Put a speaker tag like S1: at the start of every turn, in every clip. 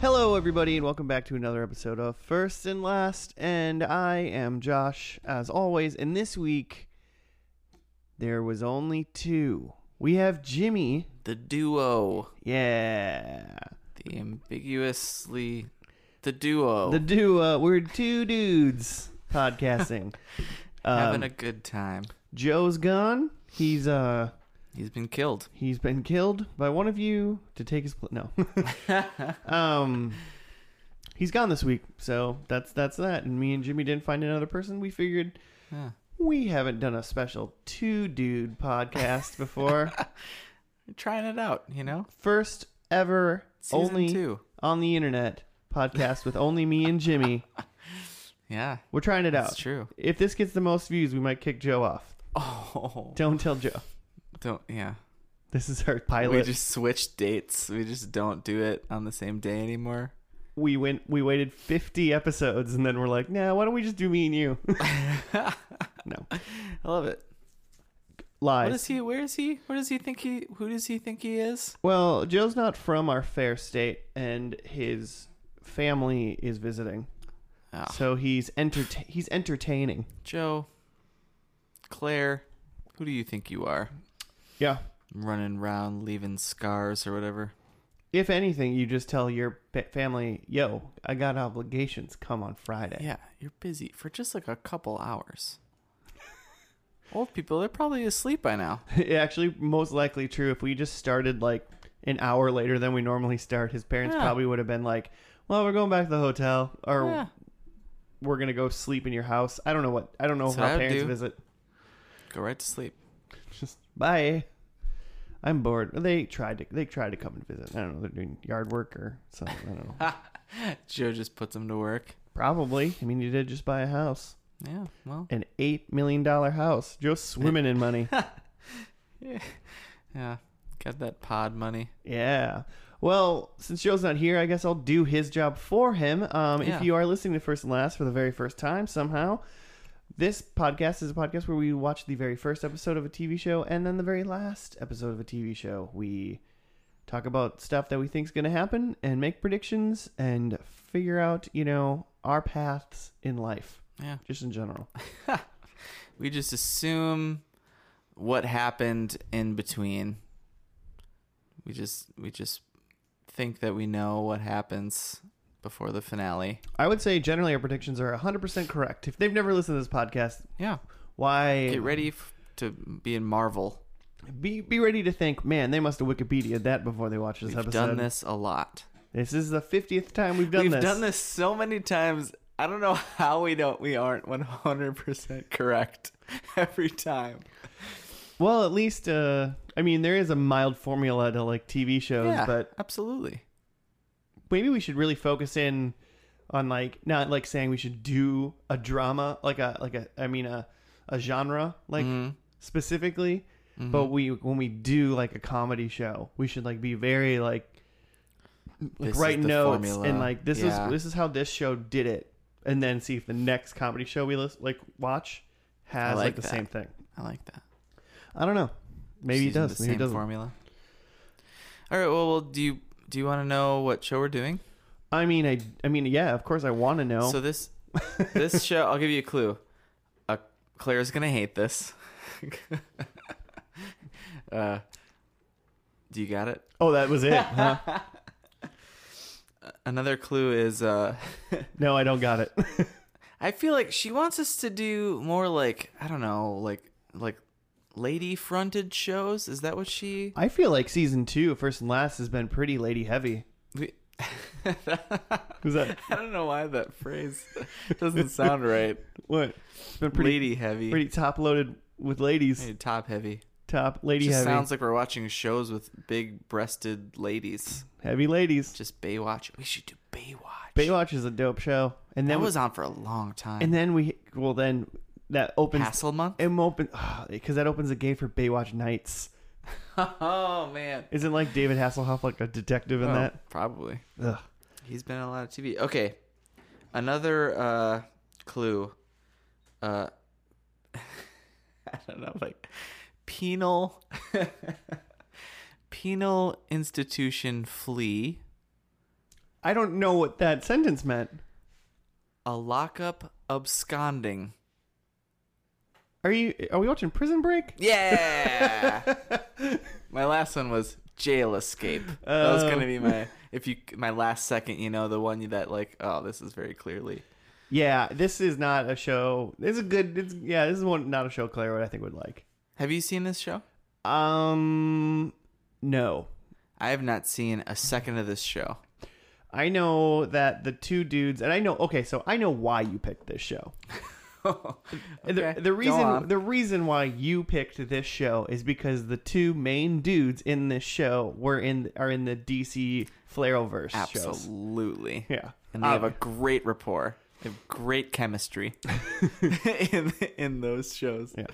S1: Hello, everybody, and welcome back to another episode of First and Last. And I am Josh, as always. And this week, there was only two. We have Jimmy.
S2: The duo.
S1: Yeah.
S2: The ambiguously. The duo.
S1: The duo. uh, We're two dudes podcasting. um,
S2: having a good time.
S1: Joe's gone. He's uh
S2: He's been killed.
S1: he's been killed by one of you to take his pl- no. um he's gone this week. So that's that's that. And me and Jimmy didn't find another person. We figured
S2: Yeah.
S1: we haven't done a special two dude podcast before.
S2: Trying it out, you know?
S1: First ever
S2: Season
S1: only
S2: two.
S1: on the internet podcast with only me and Jimmy.
S2: Yeah.
S1: We're trying it
S2: That's
S1: out.
S2: true.
S1: If this gets the most views, we might kick Joe off.
S2: Oh.
S1: Don't tell Joe.
S2: Don't, yeah.
S1: This is our
S2: We
S1: pilot.
S2: just switched dates. We just don't do it on the same day anymore.
S1: we went we waited 50 episodes and then we're like nah why don't we just do me and you
S2: I
S1: no
S2: love it.
S1: lies
S2: What is he? Where is he? What does he think he? Who does he think he is?
S1: well joe's not from our fair state and his family is visiting
S2: Oh,
S1: so he's enter he's entertaining
S2: Joe, Claire, who do you think you are?
S1: yeah
S2: Running around, leaving scars or whatever.
S1: if anything you just tell your pa- family yo i got obligations come on friday
S2: Yeah, you're busy for just like a couple hours. Old people, they're probably asleep by now.
S1: actually most likely true if we just started like an hour later than we normally start his parents
S2: Yeah.
S1: probably would have been like well we're going back to the hotel or
S2: Yeah.
S1: we're gonna go sleep in your house. I don't know what I don't know
S2: That's what I
S1: how
S2: would
S1: parents
S2: do.
S1: visit.
S2: Go right to sleep.
S1: Just bye. I'm bored. They tried to they tried to come and visit. I don't know. They're doing yard work or something. I don't know.
S2: Joe just puts them to work.
S1: Probably. I mean, you did just buy a house,
S2: Yeah, well,
S1: an eight million dollar house. Joe's swimming in money.
S2: yeah. Got that pod money.
S1: Yeah. Well, since Joe's not here, I guess I'll do his job for him. Um,
S2: Yeah.
S1: If you are listening to First and Last for the very first time, somehow, this podcast is a podcast where we watch the very first episode of a TV show and then the very last episode of a TV show. We talk about stuff that we think is going to happen and make predictions and figure out, you know, our paths in life,
S2: Yeah.
S1: just in general.
S2: We just assume what happened in between. We just we just think that we know what happens before the finale.
S1: I would say generally our predictions are 100% correct. If they've never listened to this podcast,
S2: Yeah.
S1: why
S2: Get ready f- to be in Marvel.
S1: Be be ready to think, man, they must have Wikipedia that before they watch this
S2: We've
S1: episode.
S2: done this a lot.
S1: This is the fiftieth time we've done
S2: We've
S1: this.
S2: done this so many times. I don't know how we don't we aren't 100% correct every time.
S1: Well, at least uh I mean there is a mild formula to like TV shows,
S2: Yeah,
S1: but
S2: absolutely.
S1: maybe we should really focus in on like not like saying we should do a drama, like a like a I mean a a genre like
S2: Mhm.
S1: specifically.
S2: Mm-hmm.
S1: But we when we do like a comedy show, we should like be very like like
S2: Mm-hmm. This
S1: write
S2: is the
S1: notes
S2: formula.
S1: and like this
S2: Yeah.
S1: is this is how this show did it, and then see if the next comedy show we list, like watch has
S2: I
S1: like,
S2: like
S1: the
S2: that.
S1: same thing.
S2: I like that.
S1: I don't know. Maybe it
S2: Just using
S1: does.
S2: the
S1: Maybe it
S2: same
S1: doesn't.
S2: formula. All right, well, well, do you do you want to know what show we're doing?
S1: I mean, I I mean, yeah. Of course, I want to know.
S2: So this this show, I'll give you a clue. Uh, Claire's gonna hate this. uh, do you got it?
S1: oh, that was it. huh?
S2: Another clue is uh,
S1: No, I don't got it.
S2: I feel like she wants us to do more like I don't know, like like lady fronted shows. Is that what she?
S1: I feel like season two, first and last, has been pretty lady heavy.
S2: We...
S1: Who's that?
S2: I don't know why that phrase doesn't sound right.
S1: What? It's been pretty
S2: lady heavy,
S1: pretty top loaded with ladies.
S2: Hey, top heavy.
S1: Top lady
S2: Just
S1: heavy.
S2: sounds like we're watching shows with big breasted ladies.
S1: heavy ladies.
S2: Just Baywatch. We should do Baywatch.
S1: Baywatch is a dope show, and
S2: That
S1: then
S2: was on for a long time.
S1: and then we well then that opens
S2: Hassle month.
S1: it open because that opens the gate for Baywatch Nights.
S2: oh man.
S1: Isn't like David Hasselhoff like a detective in
S2: Oh,
S1: that?
S2: probably.
S1: Ugh.
S2: He's been on a lot of TV. Okay. Another uh clue. Uh I don't know, like penal penal institution flea.
S1: I don't know what that sentence meant.
S2: A lockup absconding.
S1: Are you? Are we watching Prison Break?
S2: Yeah. my last one was jail escape. that was
S1: Oh.
S2: gonna be my if you my last second. You know the one that like oh this is very clearly
S1: Yeah, this is not a show. This is a good. It's yeah, this is one not a show Claire would I think would like.
S2: Have you seen this show?
S1: Um, no,
S2: I have not seen a second of this show.
S1: I know that the two dudes, and I know. Okay, so I know why you picked this show.
S2: Okay,
S1: The, the
S2: go
S1: reason
S2: on.
S1: the reason why you picked this show is because the two main dudes in this show were in are in the DC Flareverse shows.
S2: absolutely,
S1: Yeah, Um,
S2: and they have a
S1: Obvi-
S2: great rapport. They have great chemistry in in those shows.
S1: Yeah.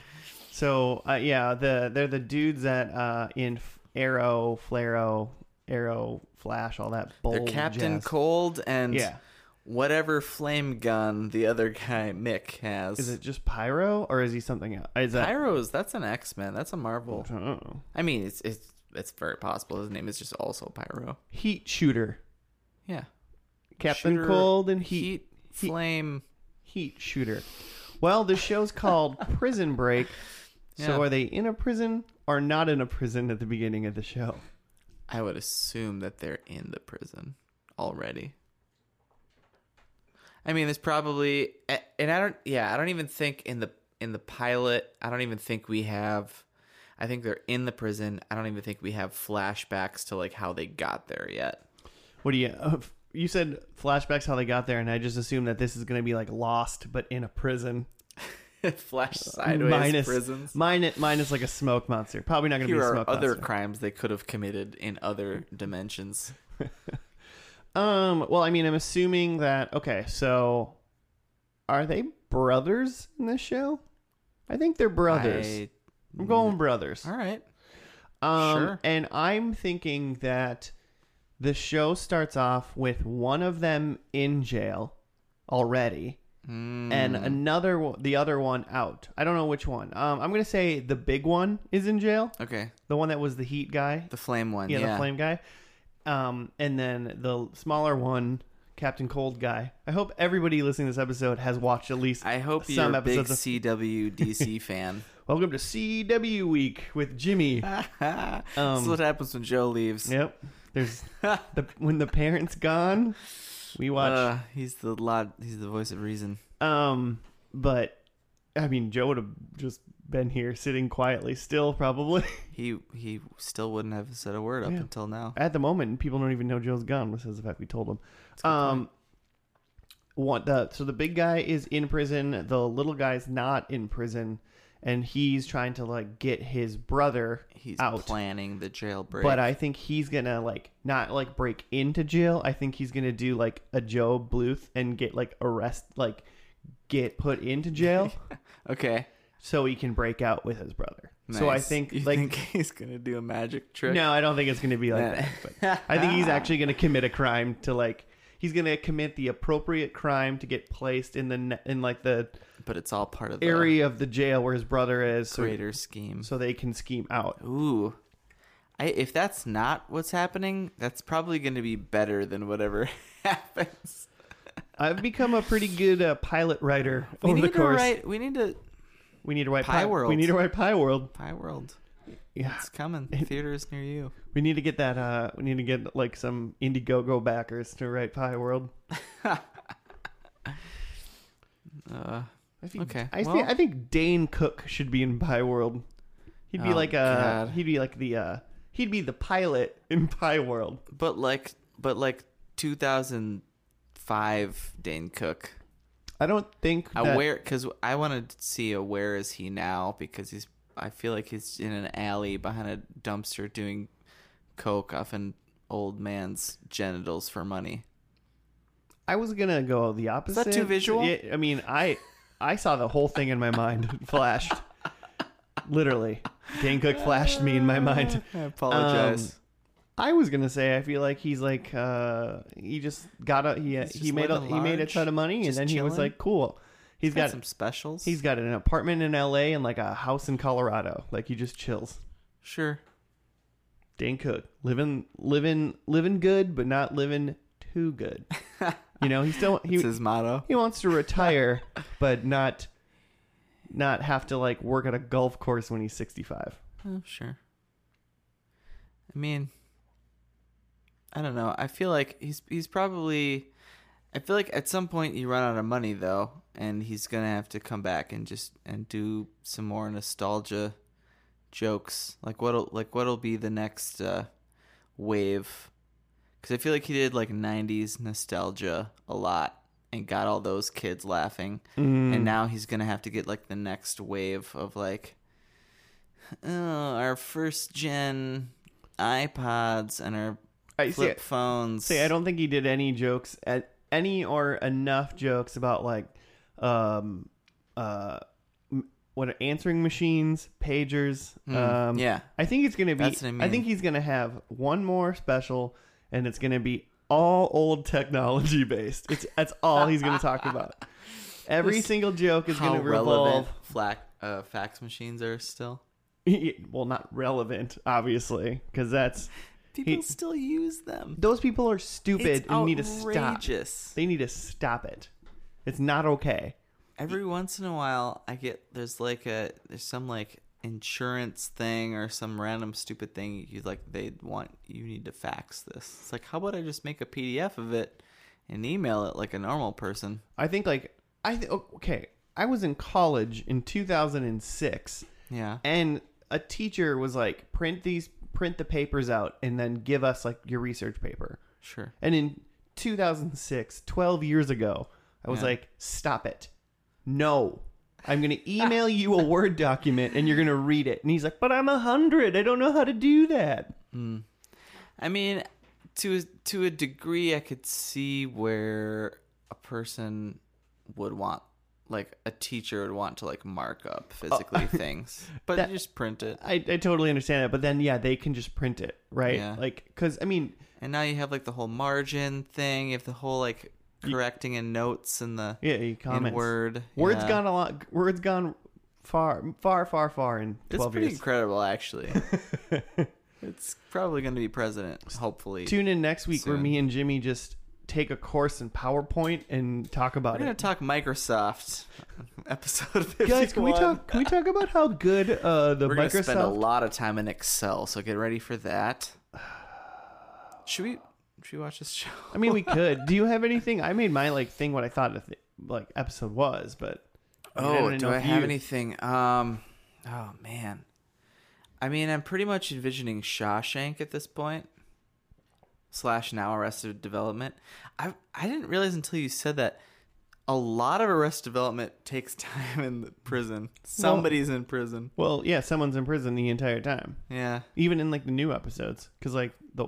S1: So uh, yeah, the they're the dudes that uh, in F- Arrow, Flaro, Arrow, Flash, all that
S2: They're
S1: bold
S2: Captain
S1: jazz.
S2: Cold and
S1: Yeah.
S2: whatever flame gun the other guy Mick has.
S1: Is it just Pyro or is he something else? Is that
S2: Pyros? That's an X Men. That's a Marvel.
S1: I don't know.
S2: I mean, it's it's it's very possible. His name is just also Pyro.
S1: Heat Shooter?
S2: Yeah,
S1: Captain
S2: Shooter,
S1: Cold and Heat
S2: heat, flame.
S1: Heat Shooter. Well, the show's called Prison Break.
S2: Yeah.
S1: So are they in a prison or not in a prison at the beginning of the show?
S2: I would assume that they're in the prison already. I mean, there's probably, a- and I don't, yeah, I don't even think in the in the pilot, I don't even think we have. I think they're in the prison. I don't even think we have flashbacks to like how they got there yet.
S1: What do you? Uh, you said flashbacks how they got there, and I just assume that this is going to be like Lost, but in a prison.
S2: Flash sideways
S1: Uh, minus
S2: prisons.
S1: Minus, minus like a smoke monster. Probably not going to be
S2: Here
S1: a
S2: are
S1: smoke
S2: other
S1: monster.
S2: crimes they could have committed in other dimensions.
S1: um. Well, I mean, I'm assuming that. Okay, so are they brothers in this show? I think they're brothers.
S2: I-
S1: I'm going brothers.
S2: all right.
S1: Um,
S2: Sure.
S1: And I'm thinking that the show starts off with one of them in jail already,
S2: Mm,
S1: and another o- the other one out. I don't know which one. Um, I'm gonna say the big one is in jail,
S2: Okay.
S1: the one that was the heat guy,
S2: The flame one.
S1: yeah,
S2: Yeah.
S1: the flame guy. Um, and then the smaller one, Captain Cold guy. I hope everybody listening to this episode has watched at least
S2: I hope
S1: some
S2: you're a big
S1: episodes of
S2: CW DC fan.
S1: Welcome to CW Week with Jimmy.
S2: Ah.
S1: Um,
S2: That's what happens when Joe leaves.
S1: Yep. There's the when the parents gone, we watch.
S2: Uh, he's the lot. He's the voice of reason.
S1: um, but I mean, Joe would have just been here sitting quietly still, probably.
S2: He he still wouldn't have said a word up
S1: Yeah.
S2: until now.
S1: At the moment, people don't even know Joe's gone, besides the fact we told them. Um, one the so the big guy is in prison. The little guy's not in prison, and he's trying to like get his brother
S2: He's
S1: out.
S2: planning the jailbreak.
S1: But I think he's gonna like not like break into jail. I think he's gonna do like a Joe Bluth and get like arrest, like get put into jail
S2: okay.
S1: so he can break out with his brother. So I
S2: nice.
S1: think
S2: You
S1: like
S2: think he's gonna do a magic trick.
S1: no, I don't think it's gonna be like
S2: Nah.
S1: that. But I think he's actually gonna commit a crime to like he's gonna commit the appropriate crime to get placed in the ne- in like the
S2: But it's all part of the
S1: area of the jail where his brother is, so,
S2: greater scheme.
S1: so they can scheme out.
S2: Ooh. I, if that's not what's happening, that's probably going to be better than whatever happens.
S1: I've become a pretty good uh, pilot writer
S2: We
S1: over
S2: need
S1: the
S2: to
S1: course.
S2: write. We need to.
S1: We need to write
S2: Pie
S1: Pie
S2: World.
S1: We need to write Pie World.
S2: Pie World.
S1: Yeah,
S2: It's coming. Theaters near you.
S1: we need to get that. Uh, we need to get like some Indiegogo backers to write Pie World.
S2: Uh,
S1: I think,
S2: Okay,
S1: I,
S2: well-
S1: think, I think Dane Cook should be in Pie World. He'd be
S2: Oh,
S1: like a.
S2: God.
S1: He'd be like the. Uh, he'd be the pilot in Pie World.
S2: but like, but like, 2005 Dane Cook.
S1: I don't think.
S2: I
S1: that-
S2: where because I want to see a where is he now because he's. I feel like he's in an alley behind a dumpster doing coke off an old man's genitals for money.
S1: I was gonna go the opposite.
S2: too visual?
S1: Yeah, I mean, I I saw the whole thing in my mind. It flashed. Literally, Dane Cook flashed me in my mind.
S2: I
S1: Um,
S2: apologize.
S1: I was gonna say I feel like he's like uh he just got a he
S2: He's
S1: he
S2: just
S1: made a,
S2: living
S1: he made a
S2: large,
S1: ton of money and
S2: just
S1: then he was
S2: chilling.
S1: like cool he's
S2: he's got,
S1: got
S2: some specials.
S1: he's got an apartment in L.A. and like a house in Colorado like he just chills.
S2: sure.
S1: Dane Cook living living living good but not living too good. You know, he still
S2: It's
S1: he
S2: his motto.
S1: he wants to retire, but not not have to like work at a golf course when he's 65.
S2: Oh, sure. I mean, I don't know. I feel like he's he's probably. I feel like at some point you run out of money though, and he's gonna have to come back and just and do some more nostalgia jokes. Like what'll like what'll be the next uh, wave? Because I feel like he did like '90s nostalgia a lot and got all those kids laughing
S1: Hmm.
S2: Mm. and now he's gonna have to get like the next wave of like oh, our first gen iPods and our
S1: I see.
S2: flip phones.
S1: See, I don't think he did any jokes at any or enough jokes about like um uh m- what answering machines, pagers.
S2: Hmm,
S1: Um
S2: yeah,
S1: I think it's going to be
S2: That's what I
S1: I,
S2: mean.
S1: think he's going to have one more special and it's going to be all old technology based. It's that's all he's going to talk about. Every
S2: Just
S1: single joke is
S2: how
S1: going to
S2: relevant
S1: revolve
S2: flac- uh, fax machines are still.
S1: well, not relevant obviously, cuz that's
S2: People still use them.
S1: those people are stupid
S2: It's
S1: and need to stop.
S2: outrageous.
S1: They need to stop it. It's not okay.
S2: Every once in a while, I get there's like a there's some like insurance thing or some random stupid thing you like they want you need to fax this. It's like how about I just make a PDF of it and email it like a normal person?
S1: I think like I th- okay, I was in college in 2006
S2: Yeah.
S1: and a teacher was like print these print the papers out and then give us like your research paper.
S2: Sure.
S1: And in 2006, 12 years ago, I was
S2: Yeah.
S1: like stop it. No. I'm going to email you a Word document and you're going to read it. And he's like, "But I'm a 100. I don't know how to do that."
S2: I mean, to to a degree, I could see where a person would want, like a teacher would want to like mark up physically things, but
S1: That-
S2: you just print it,
S1: I, I totally understand that, but then yeah, they can just print it, right?
S2: Yeah.
S1: Like cuz I mean,
S2: and now you have like the whole margin thing. You have the whole like correcting in notes and the
S1: yeah, you
S2: in
S1: comments.
S2: word.
S1: Word's
S2: yeah.
S1: gone a lot. Word's gone far, far, far, far in
S2: It's
S1: twelve
S2: pretty
S1: years.
S2: incredible, actually. it's probably going to be president, hopefully.
S1: Tune in next week where
S2: Soon.
S1: me and Jimmy just take a course in PowerPoint and talk
S2: We're
S1: about
S2: going
S1: it.
S2: to talk Microsoft, episode fifty-one.
S1: Guys, can we talk? Can we talk about how good uh, the
S2: We're going to spend a
S1: Microsoft?
S2: lot of time in Excel, so get ready for that. Should we? Should we watch this show?
S1: I mean, we could. Do you have anything? I made my like thing what I thought the th- like episode was, but I mean, I
S2: Oh,
S1: don't
S2: do
S1: know
S2: I
S1: if
S2: have
S1: you-
S2: anything? Um, oh man, I mean, I'm pretty much envisioning Shawshank at this point. Slash now Arrested Development. I I didn't realize until you said that a lot of Arrested Development takes time in the prison. Somebody's in prison.
S1: Well, yeah, someone's in prison the entire time,
S2: Yeah.
S1: even in like the new episodes, because like the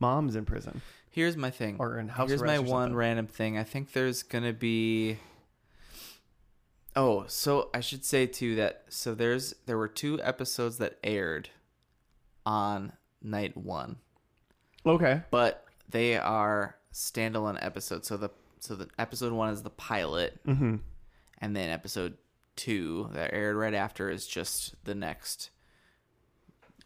S1: mom's in prison
S2: Here's my thing.
S1: or in house
S2: Here's
S1: arrest.
S2: my
S1: or
S2: one
S1: something.
S2: random thing. I think there's gonna be. Oh, so I should say too that so there's there were two episodes that aired on night one,
S1: Okay.
S2: but they are standalone episodes. So the so the episode one is the pilot,
S1: Mm-hmm.
S2: and then episode two that aired right after is just the next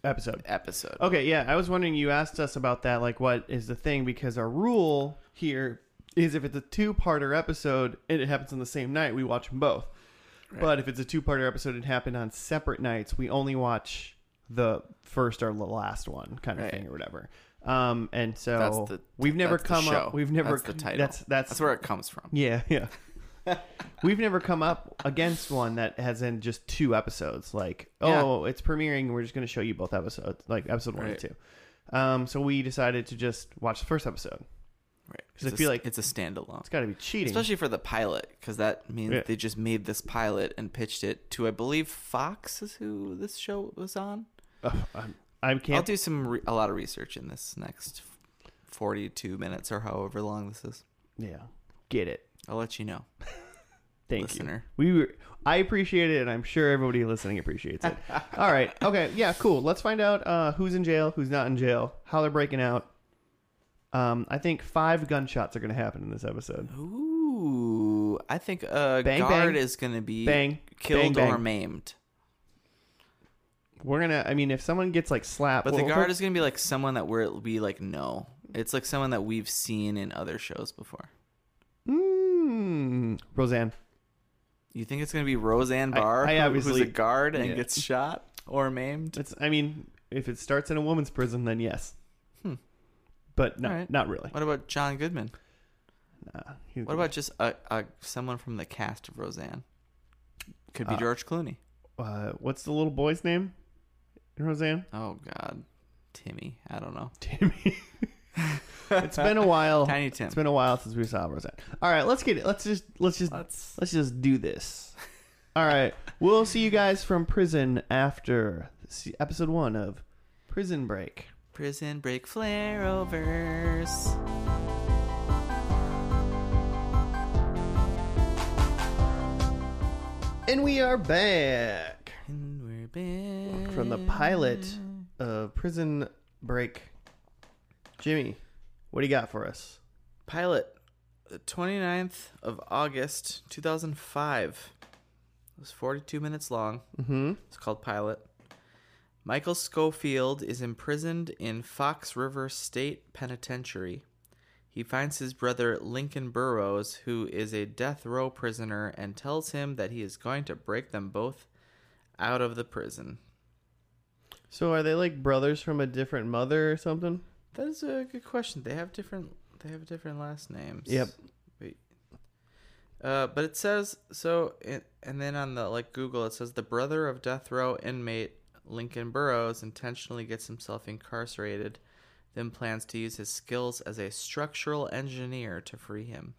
S1: Episode.
S2: episode.
S1: Okay, yeah. I was wondering, you asked us about that, like what is the thing? Because our rule here is if it's a two parter episode and it happens on the same night, we watch them both. But if it's a two parter episode and happened on separate nights, we only watch the first or the last one kind of
S2: Right.
S1: thing or whatever. Um, and so
S2: That's the-
S1: we've never
S2: that's the
S1: come
S2: show.
S1: up. We've never
S2: That's the
S1: come-
S2: title.
S1: That's that's,
S2: That's where it comes from.
S1: yeah yeah. we've never come up against one that has in just two episodes. Like
S2: Yeah.
S1: oh, it's premiering. We're just going to show you both episodes, like episode one
S2: Right.
S1: and two. Um, so we decided to just watch the first episode.
S2: Right?
S1: 'Cause
S2: It's
S1: I
S2: a-
S1: feel like-
S2: it's a standalone.
S1: It's got to be cheating.
S2: especially for the pilot because that means
S1: Yeah.
S2: they just made this pilot and pitched it to i believe fox is who this show was on
S1: Ugh, I'm- I
S2: i'll
S1: can't.
S2: do some re- a lot of research in this next 42 minutes or however long this is
S1: yeah, get it.
S2: i'll let you know
S1: Thank
S2: listener
S1: you. We were. I appreciate it, and I'm sure everybody listening appreciates it. All right. Okay. Yeah. Cool. Let's find out uh, who's in jail, who's not in jail, how they're breaking out. Um, I think five gunshots are going to happen in this episode.
S2: ooh i think a
S1: Bang,
S2: guard
S1: bang.
S2: is gonna be
S1: Bang,
S2: killed
S1: bang,
S2: or
S1: bang.
S2: maimed
S1: We're gonna. I mean, if someone gets like slapped,
S2: but
S1: well,
S2: the
S1: fir-
S2: guard is gonna be like someone that where it will be like no It's like someone that we've seen in other shows before.
S1: Mm, Roseanne.
S2: You think it's gonna be Roseanne
S1: I-
S2: Barr,
S1: I
S2: who-
S1: obviously-
S2: who's a guard and
S1: yeah.
S2: gets shot or maimed?
S1: It's. I mean, if it starts in a woman's prison, then yes.
S2: Hmm.
S1: But no,
S2: All right.
S1: not really.
S2: What about John Goodman?
S1: Nah, he's
S2: What
S1: gonna-
S2: about just a, a someone from the cast of Roseanne? Could be
S1: Uh,
S2: George Clooney.
S1: uh, what's the little boy's name? in Roseanne.
S2: Oh God, Timmy. I don't know.
S1: Timmy. it's been a while.
S2: Tiny Tim.
S1: It's been a while since we saw Roseanne. All right, let's get it. Let's just let's just
S2: Let's
S1: let's just do this. All right, we'll see you guys from prison after se- episode one of Prison Break.
S2: prison break flare overs.
S1: And we are back
S2: And we're back
S1: from the pilot of Prison Break. Jimmy, what do you got for us?
S2: Pilot, the 29th of August, 2005. It was 42 minutes long.
S1: Mm-hmm.
S2: It's called Pilot. Michael Schofield is imprisoned in Fox River State Penitentiary. He finds his brother Lincoln Burrows, who is a death row prisoner, and tells him that he is going to break them both out of the prison.
S1: So, are they like brothers from a different mother or something?
S2: That is a good question. They have different. They have different last names.
S1: Yep.
S2: Wait. Uh, but it says so, it, and then on the like Google, it says the brother of death row inmate Lincoln Burrows intentionally gets himself incarcerated, then plans to use his skills as a structural engineer to free him.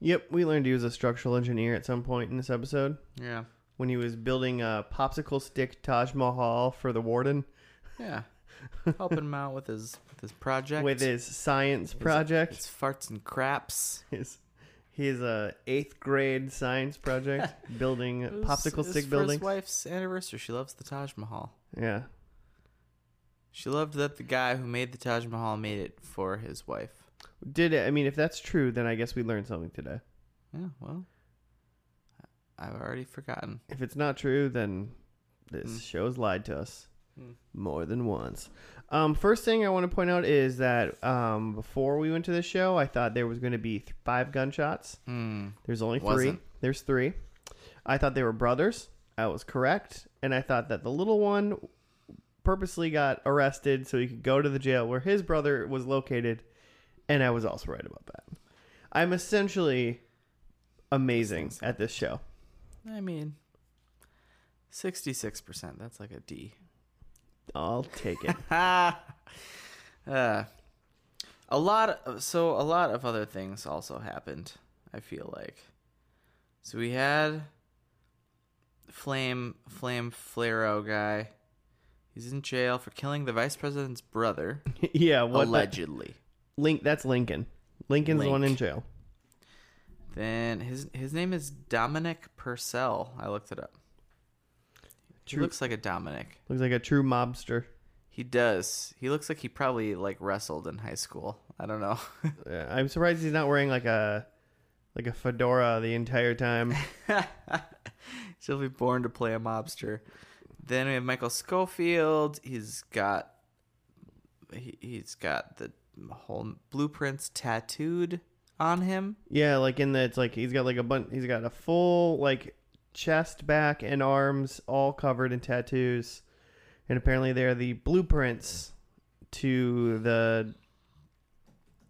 S1: Yep, we learned he was a structural engineer at some point in this episode
S2: Yeah.
S1: when he was building a popsicle stick Taj Mahal for the warden
S2: Yeah. Helping him out with his with his project.
S1: with his science project,
S2: It's farts and craps.
S1: his his uh, eighth grade science project, building
S2: It was- it
S1: popsicle
S2: was
S1: stick
S2: for
S1: buildings.
S2: His wife's anniversary. She loves the Taj Mahal.
S1: Yeah,
S2: She loved that the guy who made the Taj Mahal made it for his wife.
S1: did it? I mean, if that's true, then I guess we learned something today.
S2: Yeah, well, I've already forgotten.
S1: If it's not true, then this
S2: Mm.
S1: show's lied to us
S2: Mm.
S1: more than once. Um, first thing I want to point out is that um, before we went to this show, I thought there was going to be th- five gunshots.
S2: Hmm.
S1: There's only 3
S2: Wasn't.
S1: There's three. I thought they were brothers. I was correct, and I thought that the little one purposely got arrested so he could go to the jail where his brother was located, and I was also right about that. I'm essentially amazing at this show.
S2: I mean, sixty-six percent. That's like a D.
S1: I'll take it.
S2: Ha. uh, a lot. Of, so a lot of other things also happened. I feel like. So we had Flame Flame Flaro guy. He's in jail for killing the vice president's brother,
S1: yeah, what the,
S2: allegedly.
S1: Link? That's Lincoln. Lincoln's the one in
S2: Link.
S1: jail.
S2: Then his his name is Dominic Purcell. I looked it up.
S1: True.
S2: He looks like a Dominic.
S1: Looks like a true mobster.
S2: He does. He looks like he probably like wrestled in high school. I don't know.
S1: Uh, I'm surprised he's not wearing like a like a fedora the entire time.
S2: She'll be born to play a mobster. Then we have Michael Schofield. He's got he, he's got the whole blueprints tattooed on him.
S1: Yeah, like in the it's like he's got like a bun he's got a full like chest, back, and arms all covered in tattoos. And apparently they're the blueprints to the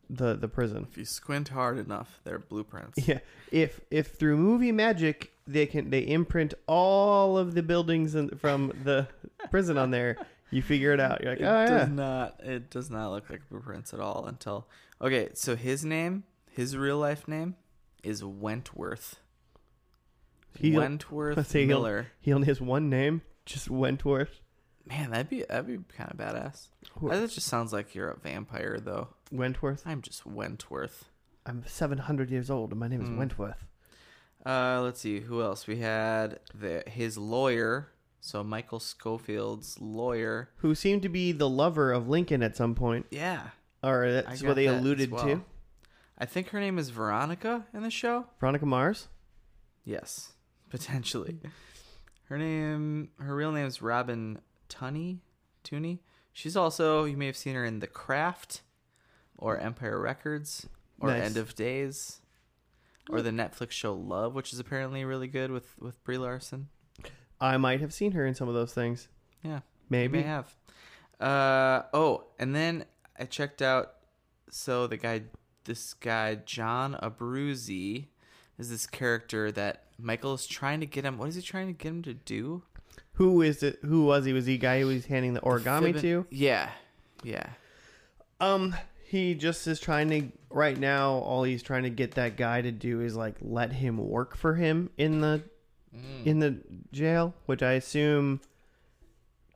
S1: the the prison.
S2: If you squint hard enough, they're blueprints.
S1: Yeah. If if through movie magic they can they imprint all of the buildings in, from the prison on there, you figure it out. You're like,
S2: It
S1: oh yeah.
S2: does not. It does not look like blueprints at all until. Okay, so his name, his real life name, is Wentworth.
S1: He-
S2: Wentworth
S1: say he'll-
S2: Miller.
S1: He only has one name, just Wentworth.
S2: Man, that'd be that'd be kind of badass.
S1: Who-
S2: That just sounds like you're a vampire, though.
S1: Wentworth.
S2: I'm just Wentworth.
S1: I'm seven hundred years old and my name is
S2: Mm.
S1: Wentworth.
S2: Uh, let's see who else we had. The his lawyer, so Michael Schofield's lawyer.
S1: who seemed to be the lover of Lincoln at some point,
S2: Yeah,
S1: or
S2: I
S1: that's
S2: got
S1: what they
S2: that as
S1: alluded to.
S2: well. I think her name is Veronica in the show.
S1: Veronica Mars.
S2: Yes, potentially. Her name, her real name is Robin Tunney. Tooney. She's also, you may have seen her in The Craft, or Empire Records or
S1: Nice.
S2: End of Days or the Netflix show Love, which is apparently really good with with Brie Larson.
S1: I might have seen her in some of those things.
S2: Yeah, you
S1: Maybe.
S2: may have. Uh oh, and then I checked out. So the guy, this guy John Abruzzi, is this character that Michael is trying to get him. What is he trying to get him to do?
S1: Who is it? Who was he? Was he the guy who was handing the origami
S2: Fibon-
S1: to?
S2: Yeah, yeah.
S1: Um, he just is trying to right now. All he's trying to get that guy to do is like let him work for him in the
S2: Mm.
S1: in the jail, which I assume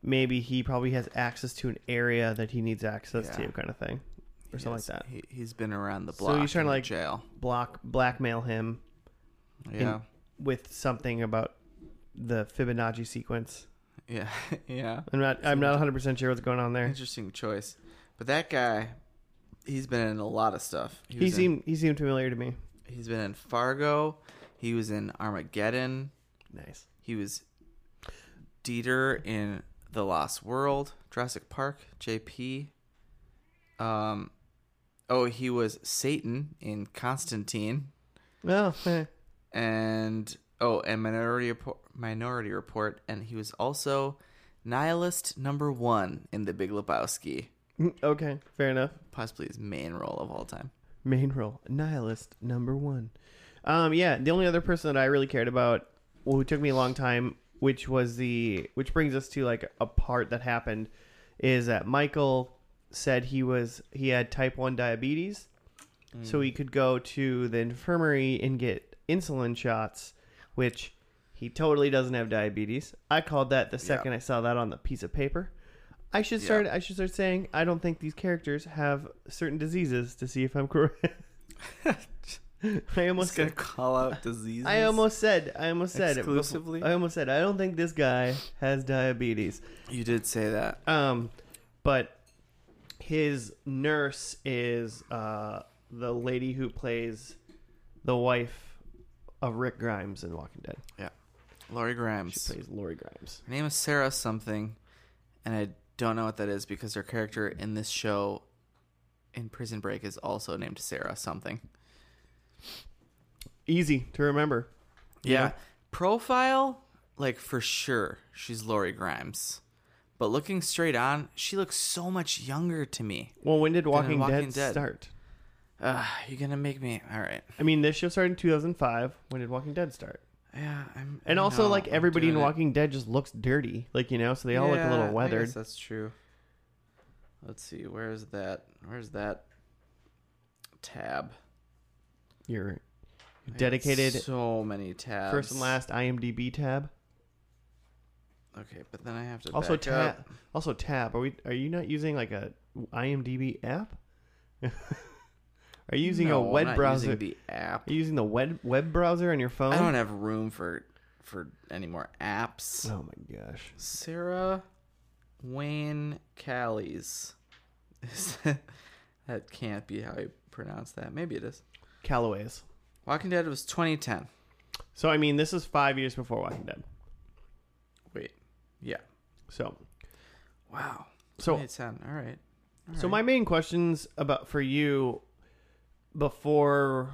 S1: maybe he probably has access to an area that he needs access
S2: Yeah.
S1: to, kind of thing, or something
S2: Yes,
S1: like that.
S2: He, he's been around the
S1: So
S2: block.
S1: he's trying
S2: in
S1: to,
S2: the
S1: like,
S2: jail.
S1: Block blackmail him
S2: Yeah,
S1: with something about the Fibonacci sequence.
S2: yeah, yeah.
S1: I'm not. I'm not 100 percent sure what's going on there.
S2: Interesting choice. But that guy, he's been in a lot of stuff.
S1: He
S2: was in-
S1: seemed. He seemed familiar to me.
S2: He's been in Fargo. He was in Armageddon.
S1: Nice.
S2: He was Dieter in The Lost World, Jurassic Park, JP. Um, oh, he was Satan in Constantine,
S1: Well, eh.
S2: and oh, and Minority Report, Minority Report, and he was also Nihilist Number One in The Big Lebowski,
S1: okay, fair enough.
S2: possibly his main role of all time.
S1: Main role, nihilist number one. Um, yeah, the only other person that I really cared about, well, who took me a long time, which was the, which brings us to like a part that happened, is that Michael said he was he had type one diabetes, so he could go to the infirmary and get insulin shots, which he totally doesn't have diabetes. I called that the second I saw that on the piece of paper. I should start. I should start saying I don't think these characters have certain diseases to see if I'm correct. I almost.
S2: Just gonna call out diseases.
S1: I almost said. I almost said. it befo-
S2: Exclusively?
S1: I almost said. I don't think this guy has diabetes.
S2: You did say that.
S1: Um, but his nurse is uh the lady who plays the wife of Rick Grimes in Walking Dead.
S2: Yeah. Laurie
S1: She
S2: Grimes.
S1: plays Lori Grimes.
S2: Her name is Sarah something, and I don't know what that is because her character in this show, in Prison Break, is also named Sarah something.
S1: Easy to remember. Yeah.
S2: Profile, like for sure, she's Laurie Grimes. But looking straight on, she looks so much younger to me.
S1: Well, when did Walking,
S2: Walking
S1: Dead,
S2: Dead.
S1: start?
S2: Ugh, you're gonna make me all right.
S1: I mean, this show started in 2005. When did Walking Dead start?
S2: Yeah, I'm.
S1: And
S2: I
S1: also,
S2: know,
S1: like
S2: I'm
S1: everybody in
S2: doing it.
S1: Walking Dead just looks dirty, like you know, so they all look
S2: Yeah,
S1: a
S2: I
S1: little
S2: guess
S1: weathered.
S2: That's true. Let's see. Where's that? Where's that tab?
S1: Your
S2: I got
S1: dedicated
S2: so many tabs.
S1: first and last IMDb tab.
S2: Okay, but then I have to
S1: Also
S2: back up.
S1: tab. Also tab. Are we? Are you not using like a IMDb app? are you using a
S2: No, I'm
S1: web
S2: not
S1: browser?
S2: using the app.
S1: Are you using the web web browser on your phone?
S2: I don't have room for for any more apps.
S1: Oh my gosh.
S2: Sarah Wayne Callies. Is that- that can't be how you pronounce that. Maybe it is.
S1: Callaway's.
S2: Walking Dead was 2010.
S1: So I mean, this is five years before Walking Dead.
S2: Wait. Yeah.
S1: So,
S2: Wow.
S1: so
S2: 2010. All right.
S1: So my main questions about for you before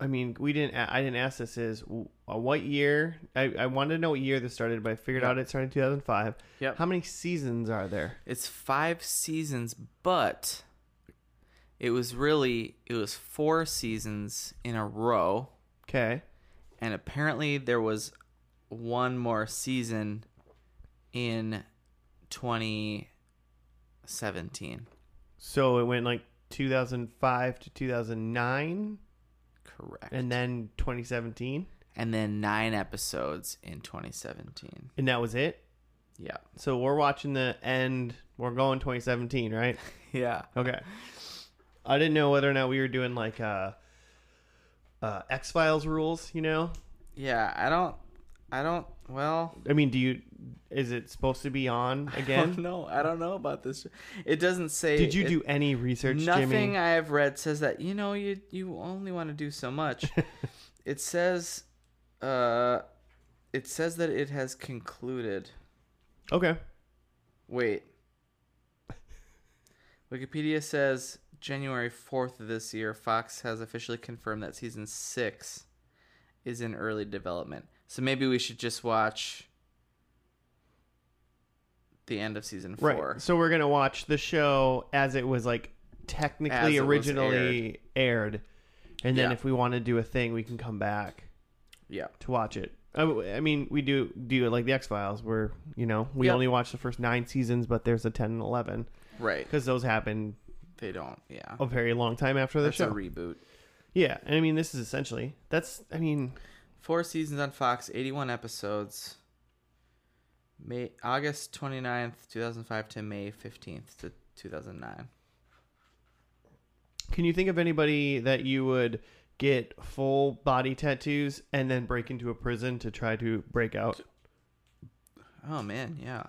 S1: I mean we didn't a- I didn't ask this is w- uh, what year I, I wanted to know what year this started but I figured
S2: Yeah.
S1: out it started in 2005.
S2: Yep.
S1: How many seasons are there?
S2: It's five seasons, but it was really it was four seasons in a row,
S1: Okay.
S2: and apparently there was one more season in 2017.
S1: So it went like 2005 to 2009
S2: Correct.
S1: and then 2017
S2: And then nine episodes in 2017.
S1: and that was it.
S2: Yeah.
S1: So we're watching the end we're going 2017, right?
S2: Yeah.
S1: Okay. I didn't know whether or not we were doing like uh uh X-Files rules, you know?
S2: Yeah, I don't I don't well,
S1: I mean, do you? Is it supposed to be on again?
S2: no, I don't know about this. It doesn't say
S1: Did you
S2: it-
S1: do any research,
S2: Nothing
S1: Jimmy?
S2: I have read says that you know you you only want to do so much. it says, uh, it says that it has concluded.
S1: Okay.
S2: Wait. Wikipedia says January 4th of this year, Fox has officially confirmed that season 6 is in early development. So maybe we should just watch the end of season 4.
S1: Right. So we're gonna watch the show as it was like
S2: As
S1: technically
S2: it was
S1: originally aired. and then
S2: Yeah.
S1: if we want to do a thing, we can come back
S2: Yeah.
S1: to watch it. I, I mean, we do do it like the X Files, where you know we
S2: Yep.
S1: only watch the first nine seasons, but there's a ten and eleven
S2: Right.
S1: because those happened
S2: They don't. Yeah.
S1: a very long time after Oh, the
S2: That's a
S1: show.
S2: reboot.
S1: yeah, and I mean, this is essentially that's. I mean,
S2: Four seasons on Fox, 81 episodes. May August 29th, 2005 to May 15th to 2009.
S1: can you think of anybody that you would get full body tattoos and then break into a prison to try to break out?
S2: Oh man, yeah.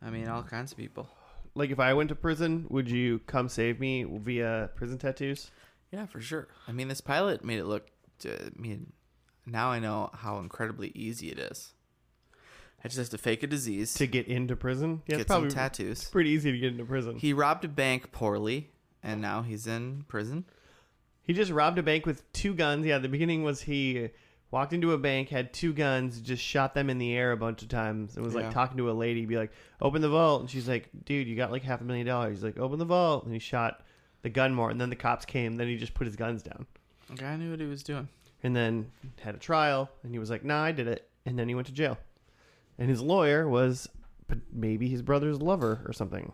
S2: I mean, all kinds of people.
S1: Like, if I went to prison, would you come save me via prison tattoos?
S2: Yeah, for sure. I mean, this pilot made it look. To, I mean, now I know how incredibly easy it is. I just have to fake a disease,
S1: to get into prison. Yeah,
S2: get
S1: it's probably
S2: some tattoos.
S1: pretty easy to get into prison. He,
S2: He robbed a bank poorly, and now he's in prison.
S1: just robbed a bank with two guns. Yeah, the beginning was he walked into a bank, had two guns, just shot them in the air a bunch of times, and was
S2: Yeah.
S1: like talking to a lady, be like, "Open the vault," and she's like, "Dude, you got like half a million dollars." He's like, "Open the vault," and he shot the gun more, and then the cops came, then he just put his guns down,
S2: The guy knew what he was doing.
S1: and then had a trial, and he was like, "Nah, I did it," and then he went to jail, and his lawyer was p- maybe his brother's lover or something.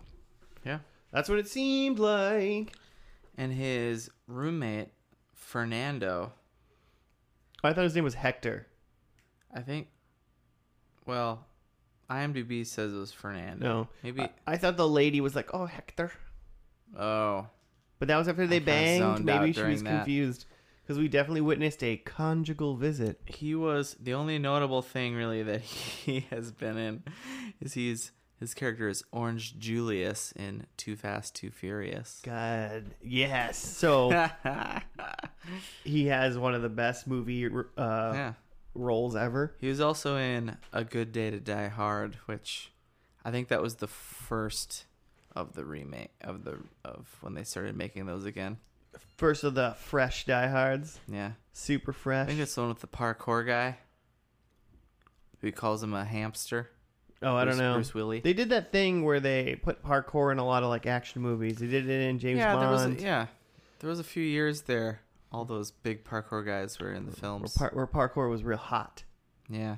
S2: Yeah.
S1: That's what it seemed like.
S2: And his roommate Fernando,
S1: I thought his name was Hector.
S2: I think. Well, IMDb says it was Fernando.
S1: No.
S2: Maybe.
S1: I thought the lady was like, "Oh, Hector,"
S2: oh,
S1: but that was after they
S2: I kinda
S1: banged.
S2: zoned out
S1: Maybe she
S2: during
S1: was
S2: that.
S1: confused because we definitely witnessed a conjugal visit.
S2: he was the only notable thing really that he has been in is he's his character is Orange Julius in Too Fast Too Furious.
S1: God, yes. So he has one of the best movie uh,
S2: yeah.
S1: roles ever.
S2: He was also in A Good Day to Die Hard, which I think that was the first of the remake of the of when they started making those again.
S1: First of the fresh diehards,
S2: Yeah.
S1: super
S2: I think
S1: fresh.
S2: it's the one with the parkour guy. Who calls him a hamster.
S1: Oh, I don't
S2: Bruce-
S1: know.
S2: Bruce Willie.
S1: They did that thing where they put parkour in a lot of like action movies. They did it in James
S2: yeah,
S1: Bond.
S2: there was a, yeah, there was a few years there. All those big parkour guys were in the
S1: where,
S2: films.
S1: par- where parkour was real hot,
S2: yeah,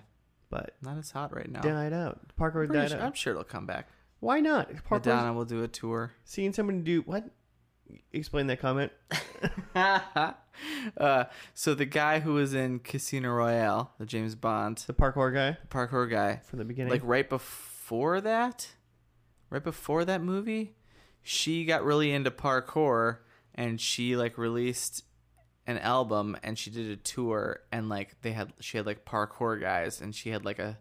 S1: but
S2: not as hot right now.
S1: died out. Parkour
S2: I'm,
S1: died
S2: pretty sure,
S1: out.
S2: I'm sure it'll come back.
S1: Why not? Parkour
S2: Madonna will do a tour.
S1: Seeing someone do what? Explain that comment.
S2: uh, so the guy who was in Casino Royale, the James Bond
S1: The parkour guy
S2: parkour guy,
S1: from the beginning.
S2: like right before that, right before that movie, she got really into parkour and she like released an album and she did a tour and like they had she had like parkour guys and she had like a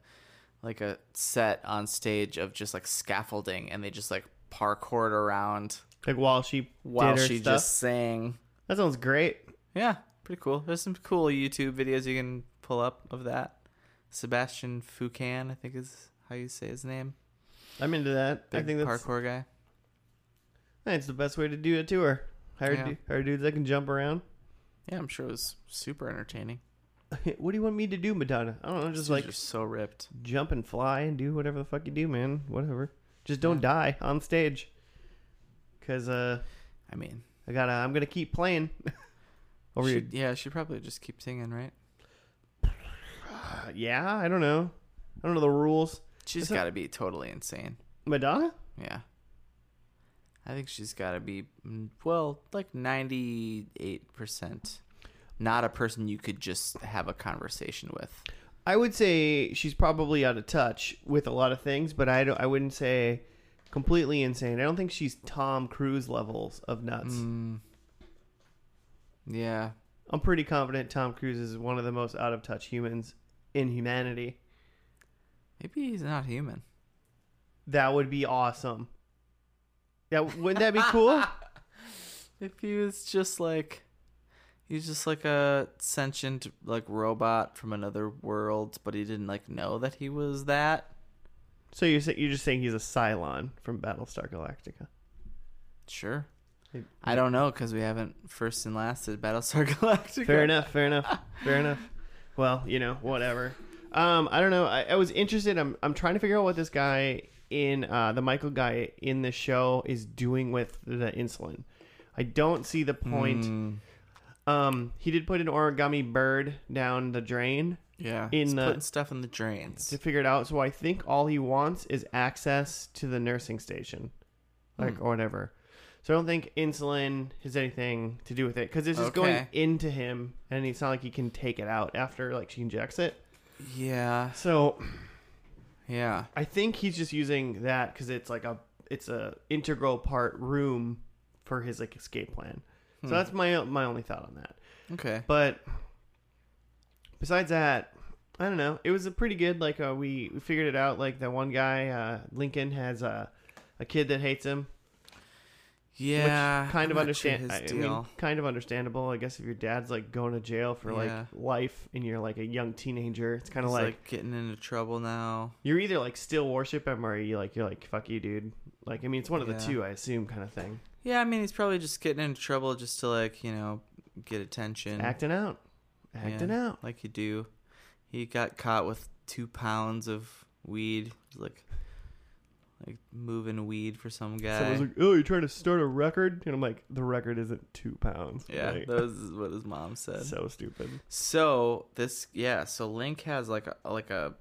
S2: like a set on stage of just like scaffolding and they just like parkoured around
S1: Like while she
S2: while
S1: did her
S2: she
S1: stuff.
S2: just sang.
S1: That sounds great.
S2: Yeah, pretty cool. There's some cool YouTube videos you can pull up of that. Sebastian Foucan, I think is how you say his name.
S1: I'm into that. I
S2: Big
S1: think that's
S2: parkour guy.
S1: that's the best way to do a tour. Hire,
S2: Yeah.
S1: du- hire dudes that can jump around.
S2: Yeah, I'm sure it was super entertaining.
S1: what do you want me to do, Madonna? I don't know. Just
S2: Just
S1: like
S2: like so ripped.
S1: jump and fly and do whatever the fuck you do, man. Whatever. Just don't die on stage. Cause uh,
S2: I mean,
S1: I gotta. I'm gonna keep playing. Over your
S2: she, yeah, she probably just keep singing, right?
S1: Uh, yeah, I don't know. I don't know the rules.
S2: She's
S1: It's a-
S2: got to be totally insane.
S1: Madonna.
S2: Yeah, I think she's got to be mm, well, like ninety eight percent. Not a person you could just have a conversation with.
S1: I would say she's probably out of touch with a lot of things, but I don't, I wouldn't say completely insane. I don't think she's Tom Cruise levels of nuts.
S2: Mm. Yeah,
S1: I'm pretty confident Tom Cruise is one of the most out of touch humans in humanity.
S2: maybe he's not human.
S1: That would be awesome. That wouldn't that be cool?
S2: If he was just like, he's just like a sentient like robot from another world, but he didn't like know that he was that.
S1: so you're sa- you're just saying he's a Cylon from Battlestar Galactica.
S2: Sure.
S1: Maybe-
S2: I don't know because we haven't first and lasted Battlestar Galactica.
S1: Fair enough. Fair enough. Fair enough. Well, you know, whatever. Um, I don't know. I, I was interested. I'm, I'm trying to figure out what this guy in uh, the Michael guy in the show is doing with the insulin. I don't see the point.
S2: Mm,
S1: Um, he did put an origami bird down the drain
S2: yeah.
S1: In uh,
S2: It's
S1: the-
S2: putting stuff in the drains.
S1: to figure it out. So I think all he wants is access to the nursing station, like
S2: Hmm.
S1: or whatever. So I don't think insulin has anything to do with it because it's just going
S2: Okay.
S1: into him, and it's not like he can take it out after like she injects it.
S2: Yeah.
S1: So
S2: Yeah.
S1: I think he's just using that because it's like a it's a integral part room for his like escape plan. So
S2: Hmm.
S1: that's my my only thought on that.
S2: Okay.
S1: But besides that, I don't know. It was a pretty good. Like uh, we, we figured it out. Like that one guy, uh, Lincoln, has a a kid that hates him.
S2: Yeah.
S1: which kind of
S2: I'm not sure
S1: understand.
S2: his
S1: I
S2: deal.
S1: mean, kind of understandable, I guess. If your dad's like going to jail for
S2: Yeah.
S1: like life, and you're like a young teenager, it's kind of
S2: He's,
S1: like,
S2: like getting into trouble now.
S1: you're either like still worship him, or you like you're like fuck you, dude. Like I mean, it's one of
S2: Yeah.
S1: the two, I assume, kind of thing.
S2: Yeah, I mean he's probably just getting into trouble just to like, you know, get attention.
S1: Acting out, acting
S2: Yeah.
S1: out.
S2: like you do. He got caught with two pounds of weed. He's like, like moving weed for some guy.
S1: Someone's like, "Oh, you're trying to start a record," and I'm like, "The record isn't two pounds."
S2: yeah,
S1: Like,
S2: that was what his mom said.
S1: so
S2: So,
S1: stupid.
S2: this, yeah, so Link has like a like a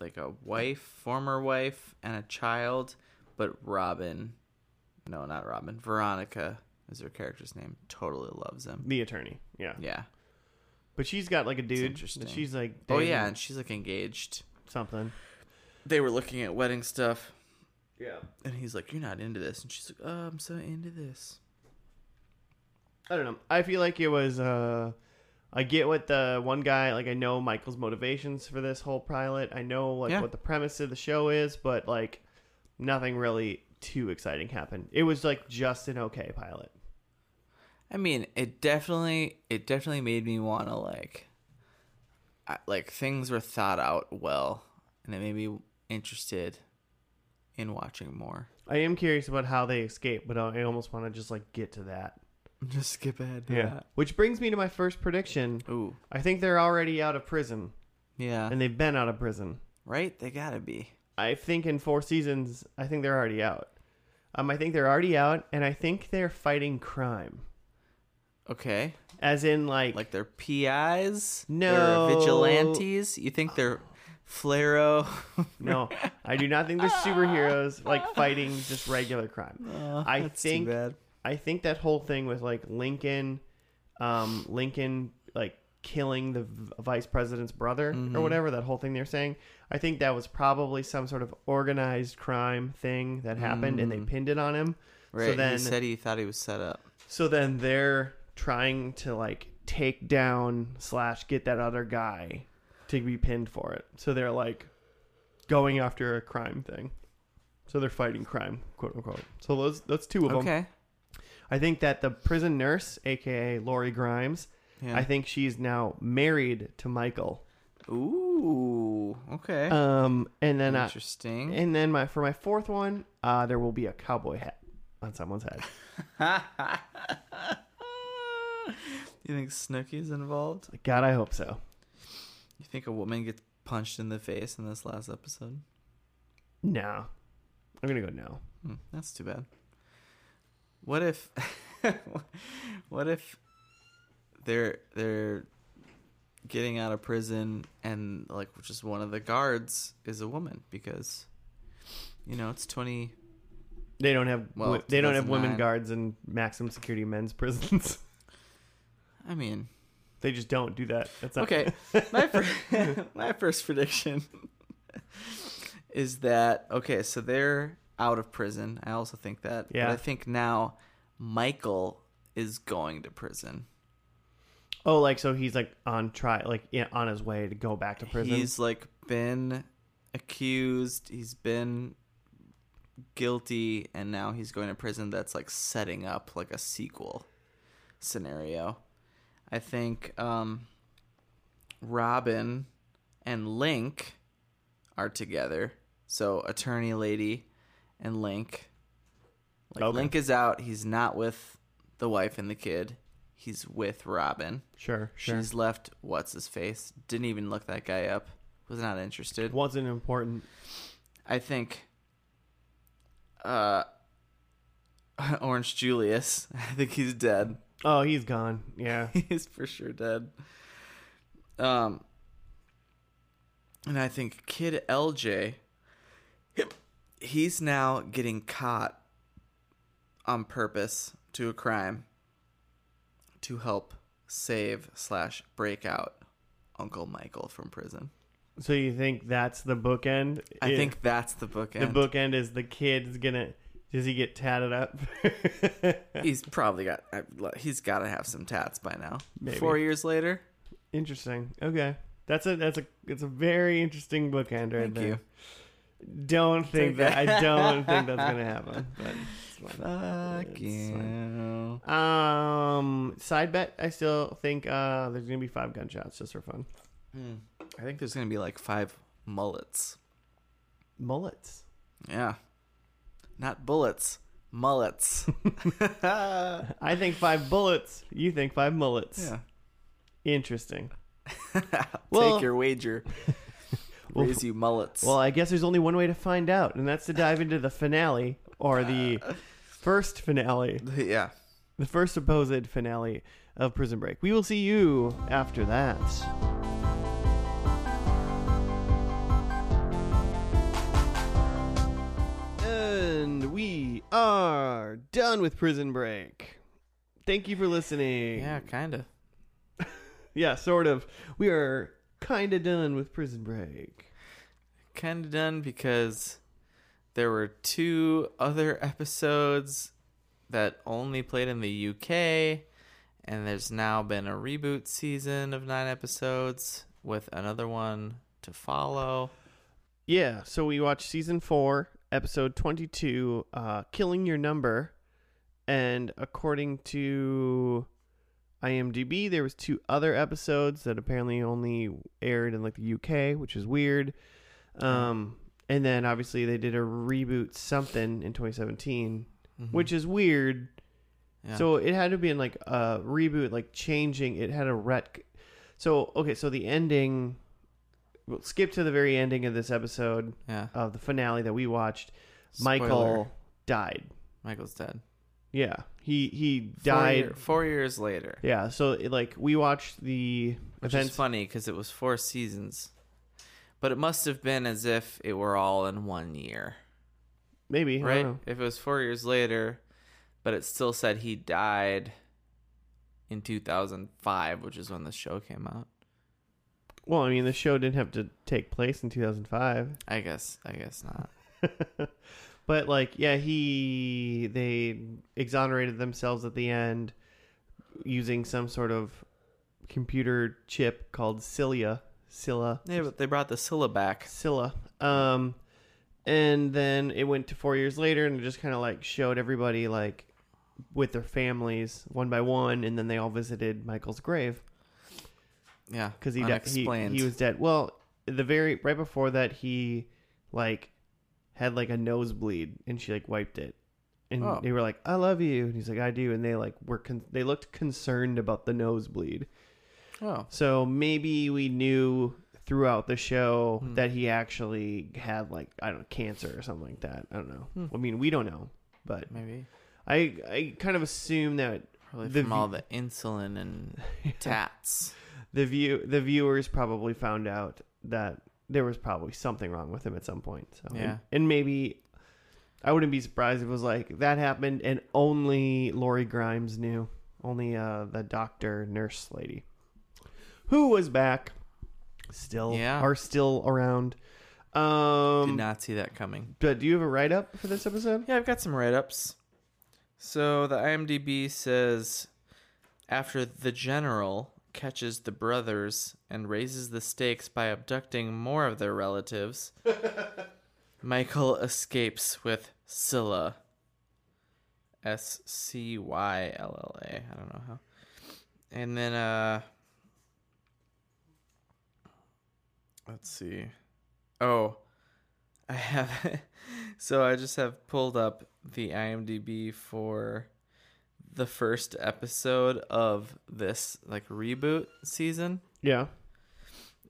S2: like a wife, former wife, and a child, but Robin, no, not Robin, Veronica is her character's name. Totally loves him.
S1: The attorney, yeah.
S2: Yeah.
S1: But she's got like a dude.
S2: interesting.
S1: That she's like,
S2: Oh
S1: dating
S2: yeah, and she's like engaged.
S1: something.
S2: They were looking at wedding stuff.
S1: Yeah,
S2: And he's like, "You're not into this," and she's like, "Oh, I'm so into this."
S1: I don't know. I feel like it was. uh I get what the one guy like. I know Michael's motivations for this whole pilot. I know like
S2: Yeah.
S1: what the premise of the show is, but like nothing really too exciting happened. It was like just an okay pilot.
S2: I mean, it definitely, it definitely made me want to like, I, like things were thought out well, and it made me interested in watching more.
S1: I am curious about how they escape, but I almost want to just like get to that.
S2: Just skip ahead. to that.
S1: Which brings me to my first prediction.
S2: Ooh.
S1: I think they're already out of prison,
S2: Yeah.
S1: and they've been out of prison.
S2: right. They gotta be.
S1: I think in four seasons, I think they're already out. Um, I think they're already out, and I think they're fighting crime,
S2: Okay.
S1: as in like,
S2: Like they're PIs.
S1: No.
S2: They're vigilantes. You think they're Flaro?
S1: no, I do not think they're superheroes like fighting just regular crime. I
S2: Oh, that's too
S1: think-
S2: bad.
S1: I think that whole thing with like Lincoln, um, Lincoln like killing the v- vice president's brother
S2: Mm-hmm.
S1: or whatever that whole thing they're saying. I think that was probably some sort of organized crime thing that happened, and they pinned it on him.
S2: Mm. Right.
S1: So then
S2: he said he thought he was set up.
S1: So then they're trying to like take down slash get that other guy to be pinned for it. So they're like going after a crime thing. So they're fighting crime, quote unquote. So those that's two of them.
S2: Okay.
S1: I think that the prison nurse, aka Lori Grimes,
S2: Yeah.
S1: I think she's now married to Michael.
S2: Ooh, okay.
S1: Um, and then I,
S2: Interesting.
S1: and then my for my fourth one, uh, there will be a cowboy hat on someone's head.
S2: you think Snooki's involved?
S1: God, I hope so.
S2: You think a woman gets punched in the face in this last episode?
S1: No, I'm gonna go no.
S2: Hmm, that's too bad. What if, what if they're they're getting out of prison and like just one of the guards is a woman because you know it's twenty
S1: They don't have
S2: Well,
S1: wo- they don't have women
S2: 2009.
S1: guards in maximum security men's prisons.
S2: I mean
S1: they just don't do that. That's not,
S2: Okay, my fir- my first prediction is that okay. So they're out of prison. I also think that.
S1: Yeah.
S2: But I think now Michael is going to prison.
S1: Oh, like so he's like on try like yeah, on his way to go back to prison.
S2: He's like been accused. He's been guilty, and now he's going to prison. That's like setting up like a sequel scenario. I think um, Robin and Link are together. So attorney lady and Link. Like
S1: Okay.
S2: Link is out. He's not with the wife and the kid. He's with Robin.
S1: Sure, sure.
S2: She's left what's his face. Didn't even look that guy up. Was not interested.
S1: Wasn't important.
S2: I think uh Orange Julius. I think he's dead.
S1: Oh, he's gone. Yeah.
S2: He's for sure dead. Um and I think kid LJ hip, he's now getting caught on purpose to a crime to help save slash break out Uncle Michael from prison.
S1: So you think that's the bookend?
S2: I
S1: It-
S2: think that's the bookend.
S1: the bookend is the kid's gonna. Does he get tatted up?
S2: he's probably got I- he's got to have some tats by now.
S1: Maybe.
S2: Four years later,
S1: interesting. Okay, that's a that's a it's a very interesting bookend right
S2: thank
S1: there.
S2: you.
S1: Don't think that I don't think that's gonna happen. But it's fine.
S2: Fuck you.
S1: Um, side bet. I still think uh, there's gonna be five gunshots just for fun.
S2: Hmm. I think there's gonna be like five mullets.
S1: Mullets.
S2: Yeah, not bullets, mullets. yeah.
S1: I think five bullets. You think five mullets. Interesting. Well-
S2: Take your wager.
S1: Well-
S2: Raise you mullets.
S1: Well, I guess there's only one way to find out, and that's to dive into the finale or the first finale,
S2: yeah.
S1: the first supposed finale of Prison Break. We will see you after that. And we are done with Prison Break. Thank you for listening.
S2: Yeah, kind of.
S1: Yeah, sort of. We are kind of done with Prison Break.
S2: kind of done because there were two other episodes that only played in the UK, and there's now been a reboot season of nine episodes with another one to follow.
S1: Yeah, so we watched season four, episode 22, uh, Killing Your Number. And according to IMDb, there was two other episodes that apparently only aired in like the UK, which is weird. Um, and then obviously they did a reboot something in 2017,
S2: Mhm.
S1: which is weird.
S2: Yeah.
S1: So it had to be in like a reboot, like changing. It had a ret. So okay, so the ending. We'll skip to the very ending of this episode
S2: yeah,
S1: of the finale that we watched.
S2: Spoiler.
S1: Michael died.
S2: Michael's dead.
S1: Yeah, he he
S2: Four
S1: died.
S2: year- four years later,
S1: Yeah, so it, like we watched the
S2: which is
S1: events.
S2: funny because it was four seasons, but it must have been as if it were all in one year.
S1: Maybe I
S2: right?
S1: don't know.
S2: If it was four years later, but it still said he died in 2005, which is when the show came out.
S1: Well, I mean, the show didn't have to take place in 2005.
S2: I guess, I guess not.
S1: but like yeah he they exonerated themselves at the end using some sort of computer chip called cilia cilla
S2: Yeah, but they brought the Scylla back.
S1: cilla um and then it went to four years later and it just kind of like showed everybody like with their families one by one and then they all visited michael's grave
S2: Yeah,
S1: because he, di- he
S2: unexplained.
S1: he was dead. Well, the very right before that, he like had like a nosebleed, and she like wiped it, and
S2: Oh.
S1: they were like, "I love you," and he's like, "I do," and they like were con- they looked concerned about the nosebleed.
S2: oh,
S1: So maybe we knew throughout the show
S2: Hmm.
S1: that he actually had like I don't know cancer or something like that. I don't know.
S2: Hmm.
S1: I mean, we don't know, but
S2: maybe
S1: I I kind of assume that
S2: probably
S1: The
S2: from
S1: vi-
S2: all the insulin and tats.
S1: the view the viewers probably found out that there was probably something wrong with him at some point. So
S2: Yeah.
S1: and, and maybe I wouldn't be surprised if it was like that happened and only Lori Grimes knew. Only uh the doctor nurse lady. Who was back still
S2: Yeah.
S1: are still around.
S2: Did
S1: Um
S2: not see that coming.
S1: but do you have a write up for this episode?
S2: Yeah, I've got some write ups. So the IMDb says after the general catches the brothers and raises the stakes by abducting more of their relatives, Michael escapes with Scylla. S C Y L L A. I don't know how. And then, uh, let's see. Oh, I have. So I just have pulled up the IMDb for the first episode of this like reboot season
S1: Yeah.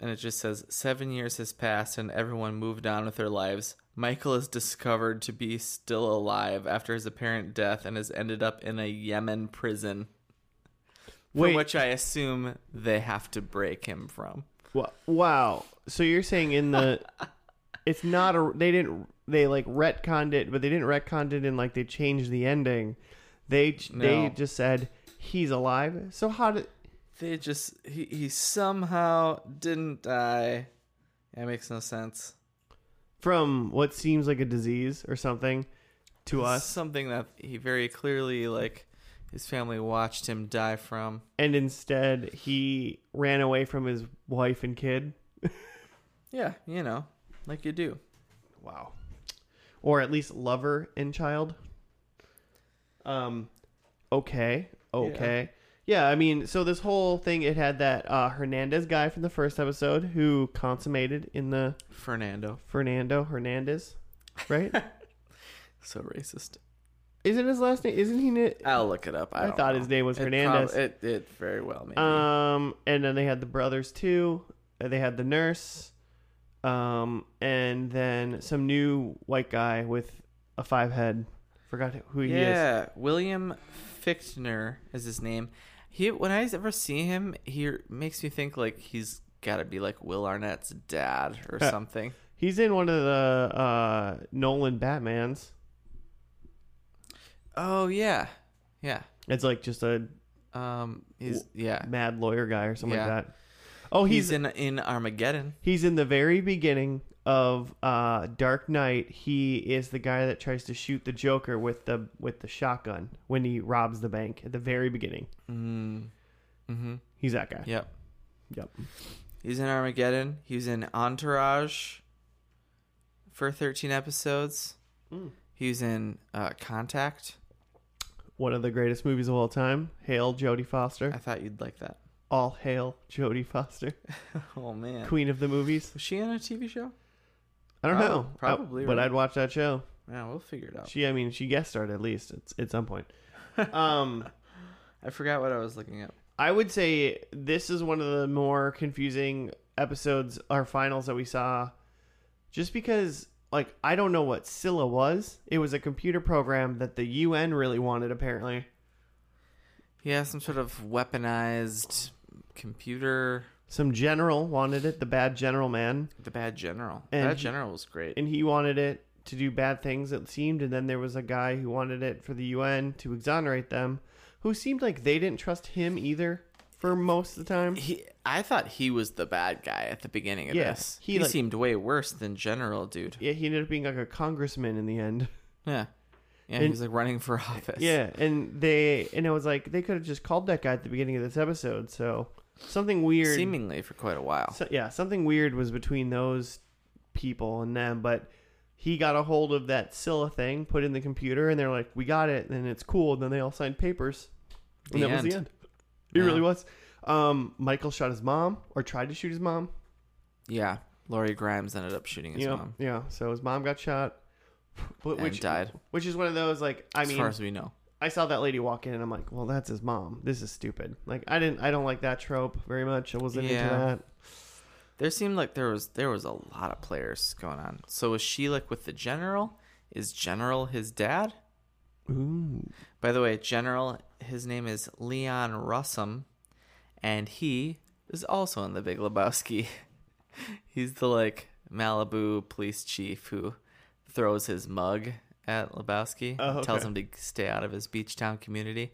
S2: and it just says seven years has passed and everyone moved on with their lives michael is discovered to be still alive after his apparent death and has ended up in a yemen prison
S1: Wait.
S2: from which i assume they have to break him from
S1: Wha- Wow. So you're saying in the it's not a they didn't they like retconned it, but they didn't retconned it and like they changed the ending. They ch-
S2: No.
S1: they just said he's alive. So how did
S2: they just he, he somehow didn't die that makes no sense
S1: from what seems like a disease or something to us
S2: something that he very clearly like his family watched him die from
S1: and instead he ran away from his wife and kid.
S2: yeah you know like you do
S1: Wow. Or at least lover and child. Um okay. Okay. Yeah. I mean, so this whole thing it had that uh Hernandez guy from the first episode who consummated in the
S2: fernando
S1: Fernando Hernandez, right?
S2: so racist
S1: isn't his last name isn't he ni-
S2: I'll look it up.
S1: I
S2: I, don't
S1: thought
S2: know.
S1: his name was
S2: It prob-
S1: Hernandez.
S2: it, it very well maybe.
S1: Um, and then they had the brothers too. Uh, They had the nurse, um, and then some new white guy with a five head. Forgot who he is.
S2: yeah, William Fichtner is his name. He when I ever see him, he makes me think like he's got to be like Will Arnett's dad or
S1: Yeah.
S2: something.
S1: He's in one of the uh, Nolan Batmans.
S2: Oh yeah, yeah.
S1: It's like just a
S2: Um, he's yeah.
S1: mad lawyer guy or something
S2: Yeah.
S1: like that. Oh,
S2: He's
S1: he's
S2: in in Armageddon.
S1: he's in the very beginning of uh, Dark Knight. He is the guy that tries to shoot the Joker with the with the shotgun when he robs the bank at the very beginning.
S2: Mm. Mm-hmm.
S1: He's that guy.
S2: Yep.
S1: Yep.
S2: He's in Armageddon. He was in Entourage for 13 episodes.
S1: Mm.
S2: He was in uh, Contact.
S1: one of the greatest movies of all time. Hail Jodie Foster.
S2: I thought you'd like that.
S1: All hail Jodie Foster,
S2: Oh man.
S1: queen of the movies.
S2: Was she on a TV show?
S1: I don't
S2: Prob-
S1: know, I-
S2: probably,
S1: but
S2: right?
S1: I'd watch that show.
S2: Yeah, we'll figure it out.
S1: She, I mean, she guest starred at least at, at some point. Um,
S2: I forgot what I was looking at.
S1: I would say this is one of the more confusing episodes or finals that we saw, just because like I don't know what Scylla was. It was a computer program that the UN really wanted apparently.
S2: Yeah, some sort of weaponized computer.
S1: Some general wanted it, the bad general man.
S2: The bad general.
S1: And
S2: that
S1: he-
S2: general was great.
S1: and he wanted it to do bad things it seemed and then there was a guy who wanted it for the UN to exonerate them who seemed like they didn't trust him either for most of the time
S2: He, I thought he was the bad guy at the beginning of
S1: Yeah,
S2: this.
S1: he,
S2: He,
S1: like-
S2: seemed way worse than general, dude.
S1: yeah he ended up being like a congressman in the end
S2: Yeah, yeah.
S1: And-
S2: he was like running for office.
S1: yeah and they and it was like they could have just called that guy at the beginning of this episode so something weird
S2: seemingly for quite a while.
S1: so, yeah something weird was between those people and them but he got a hold of that Scylla thing put in the computer and they're like we got it and it's cool and then they all signed papers And
S2: The
S1: that was the
S2: end.
S1: end. It
S2: Yeah.
S1: really was. Um, Michael shot his mom or tried to shoot his mom.
S2: Yeah, Laurie Grimes ended up shooting his
S1: yeah,
S2: mom.
S1: yeah. So his mom got shot, but
S2: And
S1: which
S2: died.
S1: Which is one of those like I
S2: as
S1: mean
S2: far as we know.
S1: I saw that lady walk in and I'm like, well, that's his mom. This is stupid. Like I didn't I don't like that trope very much. I wasn't into
S2: Yeah.
S1: that.
S2: There seemed like there was there was a lot of players going on. So was she like with the general? Is general his dad?
S1: Ooh,
S2: By the way, general his name is Leon Russum, and he is also in The Big Lebowski. He's the like Malibu police chief who throws his mug at Lebowski,
S1: Oh,
S2: and tells
S1: okay.
S2: him to stay out of his beach town community.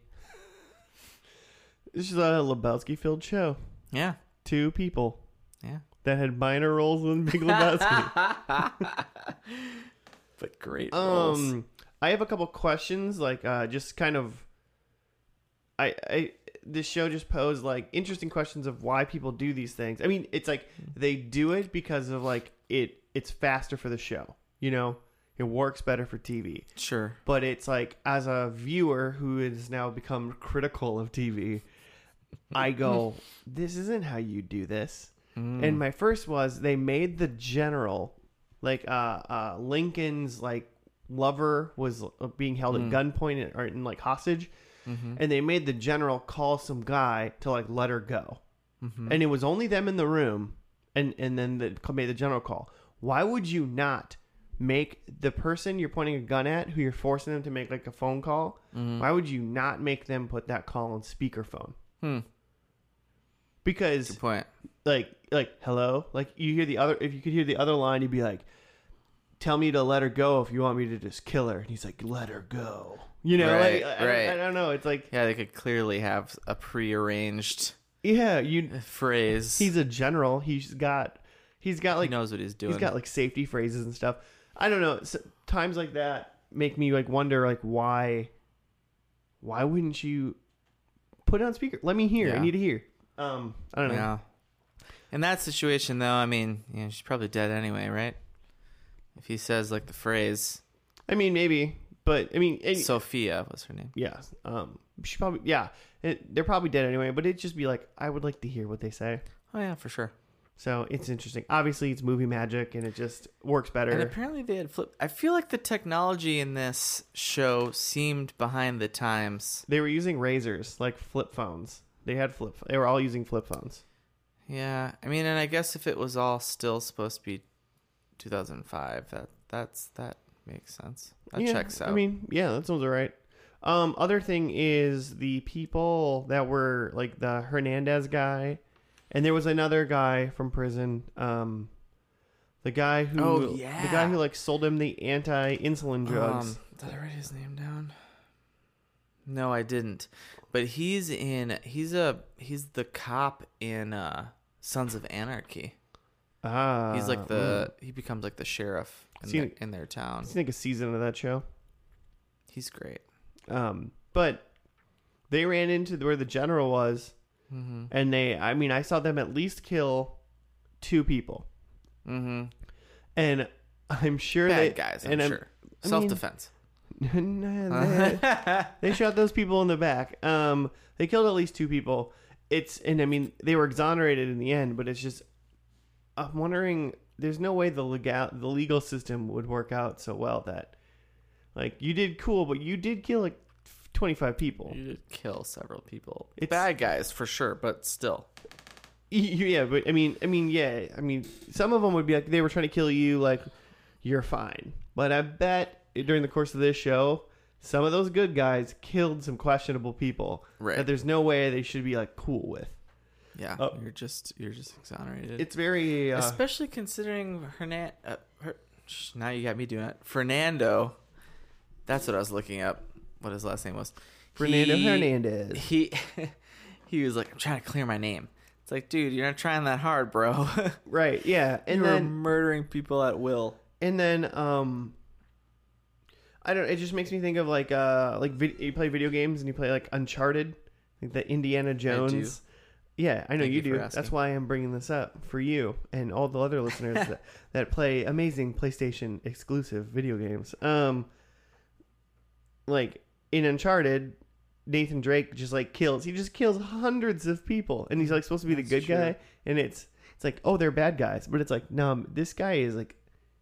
S1: this is a Lebowski filled show.
S2: Yeah,
S1: Two people
S2: yeah,
S1: that had minor roles in Big Lebowski.
S2: but great. roles.
S1: um, I have a couple questions. Like uh, just kind of I, I this show just posed like interesting questions of why people do these things. I mean, it's like they do it because of like it it's faster for the show, you know. It works better for TV.
S2: sure.
S1: But it's like as a viewer who has now become critical of TV, I go, this isn't how you do this. And my first was they made the general like uh, uh Lincoln's like lover was uh, being held at gunpoint and- or in like hostage.
S2: Mm-hmm.
S1: and they made the general call some guy to like let her go
S2: Mm-hmm.
S1: and it was only them in the room and and then the made the general call why would you not make the person you're pointing a gun at who you're forcing them to make like a phone call
S2: Mm-hmm.
S1: why would you not make them put that call on speakerphone
S2: Hmm.
S1: because
S2: Good point.
S1: like like hello like you hear the other if you could hear the other line you'd be like tell me to let her go if you want me to just kill her and he's like let her go you know
S2: Right,
S1: like I, I-
S2: right.
S1: I, don't know it's like
S2: Yeah, they could clearly have a prearranged
S1: yeah you
S2: phrase.
S1: he's a general he's got he's got
S2: he
S1: like
S2: knows what he's doing.
S1: he's got like safety phrases and stuff i don't know s times like that make me like wonder like why why wouldn't you put it on speaker let me hear i
S2: Yeah.
S1: need to hear um i don't know
S2: yeah. In that situation, though, I mean, you know, she's probably dead anyway, right? If he says like the phrase,
S1: i mean maybe but i mean and-
S2: Sophia was her name.
S1: Yeah. Um. She probably. Yeah. It, they're probably dead anyway. But it'd just be like, I would like to hear what they say.
S2: Oh yeah, for sure.
S1: So it's interesting. Obviously, it's movie magic, and it just works
S2: And
S1: better.
S2: apparently they had flipped. I feel like the technology in this show seemed behind the times.
S1: They were using razors, like flip phones. They had flip. They were all using flip phones.
S2: Yeah, I mean, and I guess if it was all still supposed to be 2005, that that's that makes sense. That
S1: Yeah,
S2: checks out.
S1: I mean, yeah, that sounds all right. Um. Other thing is the people that were like the Hernandez guy, and there was another guy from prison. Um. The guy who,
S2: Oh,
S1: the
S2: yeah.
S1: guy who like sold him the anti-insulin drugs.
S2: Um, did I write his name down? No, I didn't. But he's in. He's a. He's the cop in uh, Sons of Anarchy.
S1: ah,
S2: He's like
S1: mm.
S2: the. He becomes like the sheriff in,
S1: See-
S2: their- in their town.
S1: I think mm. a season of that show.
S2: He's great.
S1: Um, but they ran into where the general was,
S2: Mm-hmm.
S1: and they, I mean, I saw them at least kill two people,
S2: Mm-hmm.
S1: and I'm sure
S2: Bad
S1: they,
S2: guys, I'm
S1: and um,
S2: sure.
S1: I mean-
S2: Self defense.
S1: they, they shot those people in the back. Um, they killed at least two people. It's and I mean they were exonerated in the end, but it's just I'm wondering. There's no way the legal the legal system would work out so well that like you did cool, but you did kill like 25 people.
S2: you did kill several people.
S1: It's-
S2: Bad guys for sure, but still.
S1: You- Yeah, but I mean, I mean, yeah, I mean, some of them would be like they were trying to kill you, like you're fine. But I bet during the course of this show, some of those good guys killed some questionable people
S2: Right.
S1: that there's no way they should be like cool with.
S2: Yeah,
S1: Oh.
S2: you're just you're just exonerated.
S1: It's very uh,
S2: Especially considering Hernan. Uh, her, sh- now you got me doing it. Fernando. That's what I was looking up. What his last name was.
S1: Fernando
S2: He-
S1: Hernandez.
S2: He he was like, I'm trying to clear my name. It's like, dude, you're not trying that hard, bro.
S1: right? Yeah, and
S2: you are
S1: then
S2: murdering people at will.
S1: and then um. I don't. It just makes me think of like uh like vid- you play video games and you play like Uncharted, like the Indiana Jones. Yeah, I know
S2: Thank
S1: you,
S2: you for
S1: do.
S2: asking.
S1: That's why I'm bringing this up for you and all the other listeners that, that play amazing PlayStation exclusive video games. Um, like in Uncharted, Nathan Drake just like kills. He just kills hundreds of people, and he's like supposed to be the good
S2: That's true.
S1: guy. And it's it's like oh they're bad guys, but it's like no this guy is like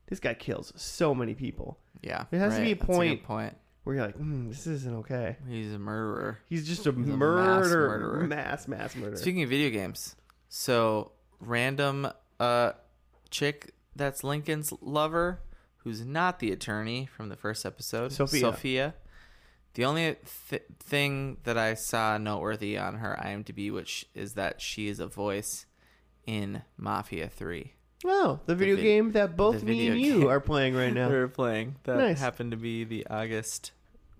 S1: this guy kills so many people
S2: Yeah,
S1: There has to be a
S2: That's good
S1: point.
S2: point.
S1: where you're like mm, this isn't okay.
S2: He's a murderer.
S1: He's just a,
S2: mass
S1: murderer,
S2: murderer.
S1: mass mass murderer.
S2: Speaking of video games, so random uh chick that's Lincoln's lover, who's not the attorney from the first episode,
S1: Sophia.
S2: The only th- thing that I saw noteworthy on her IMDb, which is that she is a voice in Mafia Three.
S1: Oh, the video
S2: vid-
S1: game that both
S2: the
S1: me
S2: video
S1: and you
S2: game.
S1: are playing right
S2: We
S1: now.
S2: were playing that
S1: Nice.
S2: happened to be the August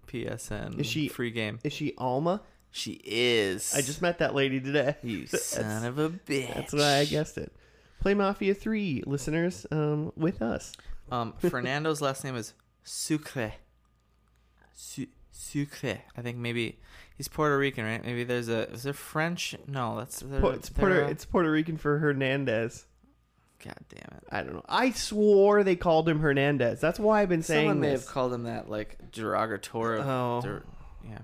S2: PSN
S1: Is she-
S2: free game.
S1: Is she Alma?
S2: She is.
S1: I just met that lady today.
S2: you
S1: That's-
S2: son of a bitch.
S1: That's why I guessed it. Play Mafia 3, listeners, um, with us.
S2: Um, Fernando's last name is Sucre. Su- Sucre. I think maybe he's Puerto Rican, right? Maybe there's a is there French? No, that's they're,
S1: Po- it's,
S2: they're,
S1: Puerto,
S2: uh,
S1: it's Puerto Rican for Hernandez.
S2: God damn it!
S1: I don't know. I swore they called him Hernandez. That's why I've been saying
S2: Someone may
S1: this.
S2: have called him that, like derogatory.
S1: Oh.
S2: der- yeah.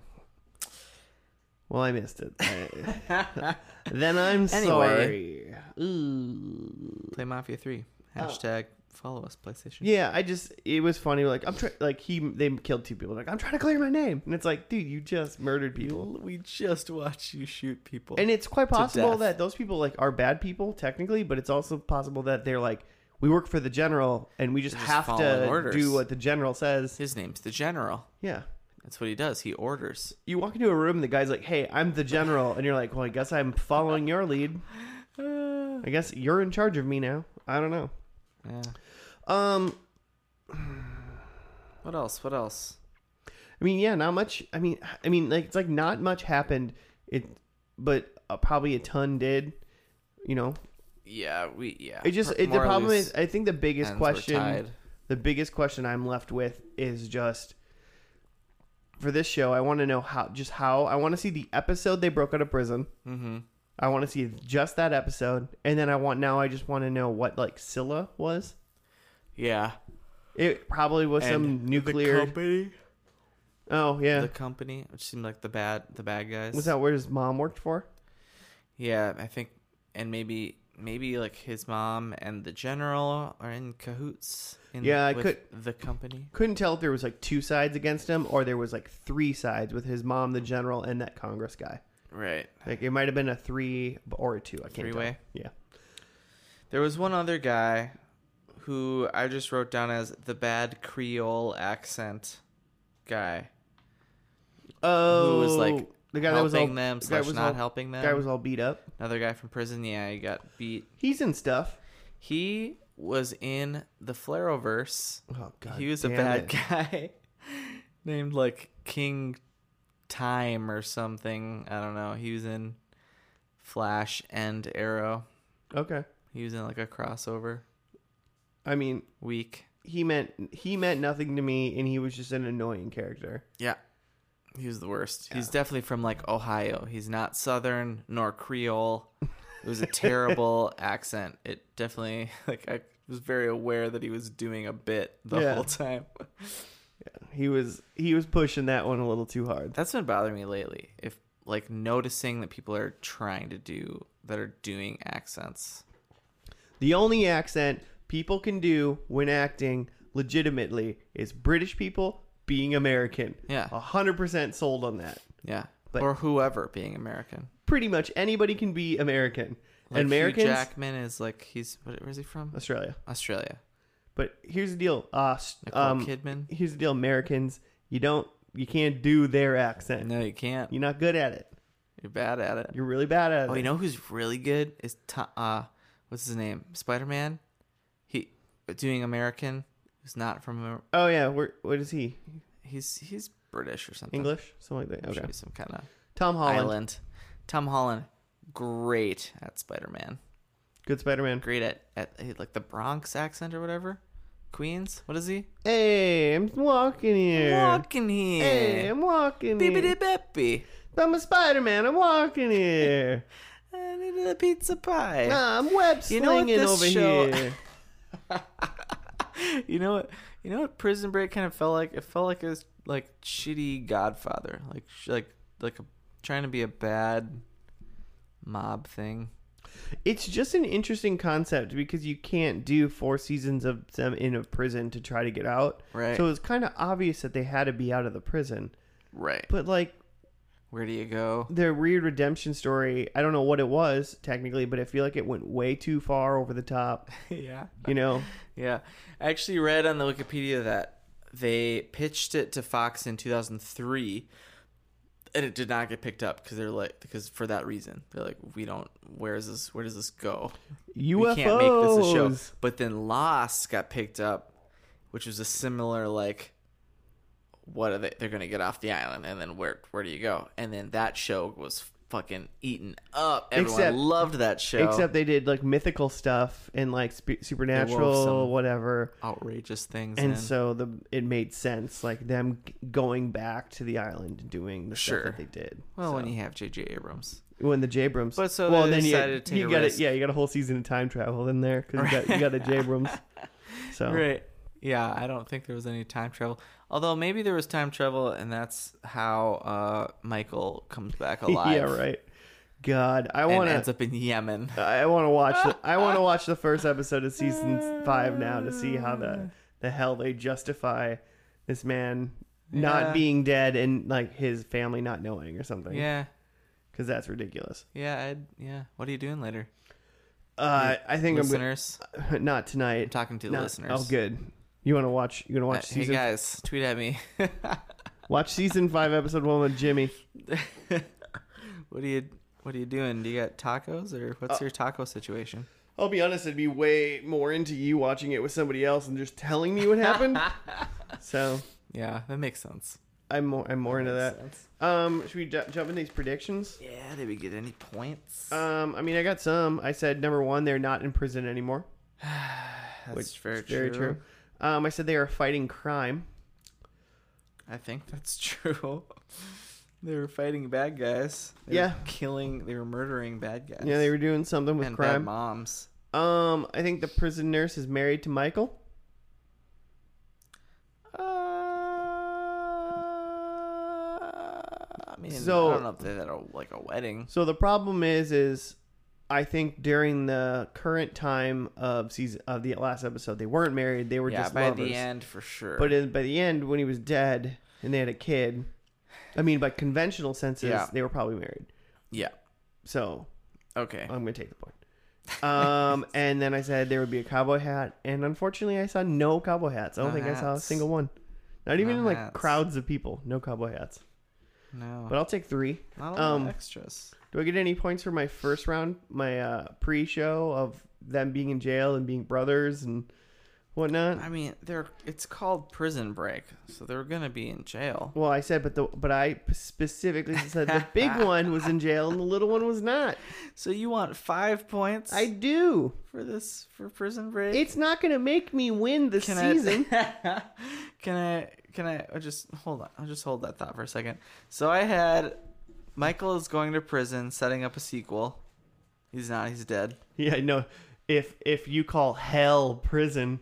S1: well, I missed it. I- then I'm
S2: Anyway.
S1: sorry. Ooh.
S2: Play Mafia Three. Hashtag follow us PlayStation.
S1: Oh. Yeah, I just it was funny. Like I'm try- like he they killed two people. Like I'm trying to clear my name, and it's like, dude, you just murdered people.
S2: People, we just watch you shoot people.
S1: And it's quite possible
S2: death.
S1: that those people like are bad people technically, but it's also possible that they're like we work for the general and we just,
S2: just
S1: have
S2: following
S1: to
S2: orders.
S1: do what the general says.
S2: His name's the General.
S1: Yeah.
S2: That's what he does. He orders.
S1: You walk into a room, the guy's like, "Hey, I'm the general," and you're like, "Well, I guess I'm following your lead.
S2: Uh,
S1: I guess you're in charge of me now. I don't know."
S2: yeah.
S1: Um,
S2: What else? What else?
S1: I mean, yeah, not much. I mean, I mean, like it's like not much happened. It, but uh, probably a ton did. You know,
S2: Yeah, we yeah.
S1: it just it, the problem is I think the biggest question,
S2: tied.
S1: the biggest question I'm left with is just for this show. I want to know how, just how I want to see the episode they broke out of prison.
S2: Mm-hmm.
S1: I want to see just that episode, and then I want now. I just want to know what like Scylla was.
S2: Yeah.
S1: It probably was some nuclear.
S2: The company.
S1: oh yeah,
S2: The company, which seemed like the bad the bad guys.
S1: was that where his mom worked for?
S2: Yeah, I think, and maybe maybe like his mom and the general are in cahoots. In,
S1: Yeah, I
S2: with
S1: could-
S2: the company.
S1: couldn't tell if there was like two sides against him or there was like three sides with his mom, the general, and that Congress guy.
S2: Right.
S1: Like it might have been a three or a two. I can't
S2: Three
S1: tell.
S2: way.
S1: Yeah.
S2: There was one other guy who I just wrote down as the bad Creole accent guy.
S1: Oh,
S2: who was like
S1: the guy that
S2: helping
S1: was all,
S2: them
S1: the guy
S2: slash
S1: was
S2: not
S1: all-
S2: helping them.
S1: guy was all beat up.
S2: Another guy from prison. Yeah, he got beat.
S1: He's in stuff.
S2: He was in the Flareoverse.
S1: Oh god,
S2: he was a
S1: damn
S2: bad
S1: it.
S2: guy named like King Time or something. I don't know. He was in Flash and Arrow.
S1: Okay,
S2: He was in like a crossover
S1: I mean
S2: week.
S1: he meant he meant nothing to me, and he was just an annoying character.
S2: Yeah. He was the worst. He's definitely from like Ohio. He's not Southern nor Creole. It was a terrible accent. It definitely like I was very aware that he was doing a bit the
S1: Yeah.
S2: whole time.
S1: He was he was pushing that one a little too hard.
S2: That's been bothering me lately. If like noticing that people are trying to do that are doing accents.
S1: The only accent people can do when acting legitimately is British people being American.
S2: Yeah.
S1: A hundred percent sold on that.
S2: Yeah.
S1: But-
S2: or whoever being American.
S1: Pretty much anybody can be American.
S2: Like
S1: and
S2: Hugh
S1: Americans,
S2: Jackman is like he's what, where is he from?
S1: Australia.
S2: Australia.
S1: But here's the deal. Uh, s-
S2: Nicole
S1: um,
S2: Kidman.
S1: here's the deal. Americans, you don't, you can't do their accent.
S2: No, you can't.
S1: You're not good at it.
S2: You're bad at it.
S1: You're really bad at it.
S2: Oh, you know who's really good is to- uh, what's his name? Spider Man. He doing American. Who's not from? Amer-
S1: Oh yeah. Where, what is he?
S2: He's he's British or something.
S1: English? Something like that.
S2: Should
S1: Okay.
S2: be some kind of
S1: Tom Holland,
S2: island. Tom Holland, great at Spider Man.
S1: good Spider-Man.
S2: Great at at eh, like the Bronx accent or whatever. Queens. What is he?
S1: Hey, I'm walking here.
S2: Walking here.
S1: Hey, I'm walking here.
S2: Bibbidi beppy.
S1: I'm a Spider Man. I'm walking here.
S2: I need a pizza pie.
S1: Nah, I'm web
S2: You know what
S1: slinging
S2: this
S1: over
S2: show-
S1: here.
S2: you know what? You know what? Prison Break kind of felt like it felt like it was like shitty Godfather, like sh- like like a, trying to be a bad mob thing.
S1: It's just an interesting concept because you can't do four seasons of them in a prison to try to get out.
S2: Right.
S1: So it's kind of obvious that they had to be out of the prison.
S2: Right.
S1: But like
S2: Where do you go?
S1: their weird redemption story, I don't know what it was technically, but I feel like it went way too far over the top.
S2: yeah.
S1: You know?
S2: Yeah. I actually read on the Wikipedia that they pitched it to Fox in 2003 and it did not get picked up because they're like because for that reason. They're like we don't where is this where does this go?
S1: UFOs.
S2: We can't make this a show. But then Lost got picked up, which was a similar like what are they they're gonna get off the island and then where where do you go? And then that show was fucking eaten up. Everyone
S1: Except-
S2: loved that show.
S1: Except they did like mythical stuff and like sp- supernatural,
S2: some-
S1: whatever.
S2: outrageous things
S1: and
S2: in.
S1: so the it made sense like them g- going back to the island and doing the
S2: Sure.
S1: stuff that they did
S2: well
S1: So-
S2: when you have JJ Abrams.
S1: when the Jabrams
S2: But so
S1: well
S2: they
S1: then you,
S2: decided to take
S1: you
S2: a
S1: got
S2: risk.
S1: it yeah you got a whole season of time travel in there because you got, you got the Jabrams so
S2: Right. Yeah, I don't think there was any time travel. Although maybe there was time travel and that's how uh Michael comes back alive.
S1: yeah right God, I
S2: and
S1: want
S2: ends
S1: to.
S2: up in Yemen.
S1: I want to watch. The, I want to watch the first episode of season five now to see how the the hell they justify this man
S2: Yeah.
S1: not being dead and like his family not knowing or something.
S2: Yeah,
S1: because that's ridiculous.
S2: yeah, I'd, yeah. What are you doing later,
S1: Uh, I think
S2: listeners? I'm,
S1: I'm gonna, not tonight.
S2: talking to the
S1: Not-
S2: listeners.
S1: Oh, good. You want to watch? You gonna
S2: Uh,
S1: watch
S2: hey
S1: season?
S2: guys, tweet at me.
S1: watch season five, episode one with Jimmy.
S2: what are you What are you doing? Do you got tacos or what's
S1: Uh,
S2: your taco situation?
S1: I'll be honest, I'd be way more into you watching it with somebody else and just telling me what happened. so
S2: Yeah, that makes sense.
S1: I'm more, I'm more into
S2: Makes
S1: that.
S2: sense.
S1: Um, should we ju- jump in these predictions?
S2: Yeah, did we get any points?
S1: Um, I mean, I got some. I said number one, they're not in prison anymore,
S2: That's
S1: which is very true.
S2: true.
S1: Um, I said they are fighting crime.
S2: I think that's true. they were fighting bad guys. They were
S1: Yeah.
S2: killing. They were murdering bad guys.
S1: Yeah, they were doing something with
S2: and bad
S1: crime.
S2: moms.
S1: Um, I think the prison nurse is married to Michael.
S2: Uh, I mean,
S1: So-
S2: I don't know if they're at a, like a wedding.
S1: So the problem is, is I think during the current time of season of the last episode, they weren't married; they were
S2: yeah,
S1: just
S2: by
S1: lovers.
S2: the end for sure.
S1: But in, by the end, when he was dead and they had a kid, I mean, by conventional senses,
S2: Yeah.
S1: they were probably married.
S2: yeah,
S1: So
S2: okay.
S1: I'm gonna take the point. Um, and then I said there would be a cowboy hat, and unfortunately, I saw no cowboy hats. I don't
S2: No
S1: think I saw a
S2: hats.
S1: single one. Not even
S2: No
S1: in like
S2: hats.
S1: crowds of people. No cowboy hats.
S2: No,
S1: But I'll take three.
S2: not a lot
S1: um,
S2: of extras.
S1: Do I get any points for my first round, my uh, pre-show of them being in jail and being brothers and whatnot?
S2: I mean, they're it's called Prison Break, so they're gonna be in jail.
S1: Well, I said, but the but I specifically said the big one was in jail and the little one was not.
S2: So you want five points?
S1: I do.
S2: for this for Prison Break.
S1: It's not gonna make me win this season.
S2: I, can I? Can I? I'll just hold on. I'll just hold that thought for a second. So I had Michael is going to prison, setting up a sequel. He's not. He's dead.
S1: yeah, no. If if you call hell prison,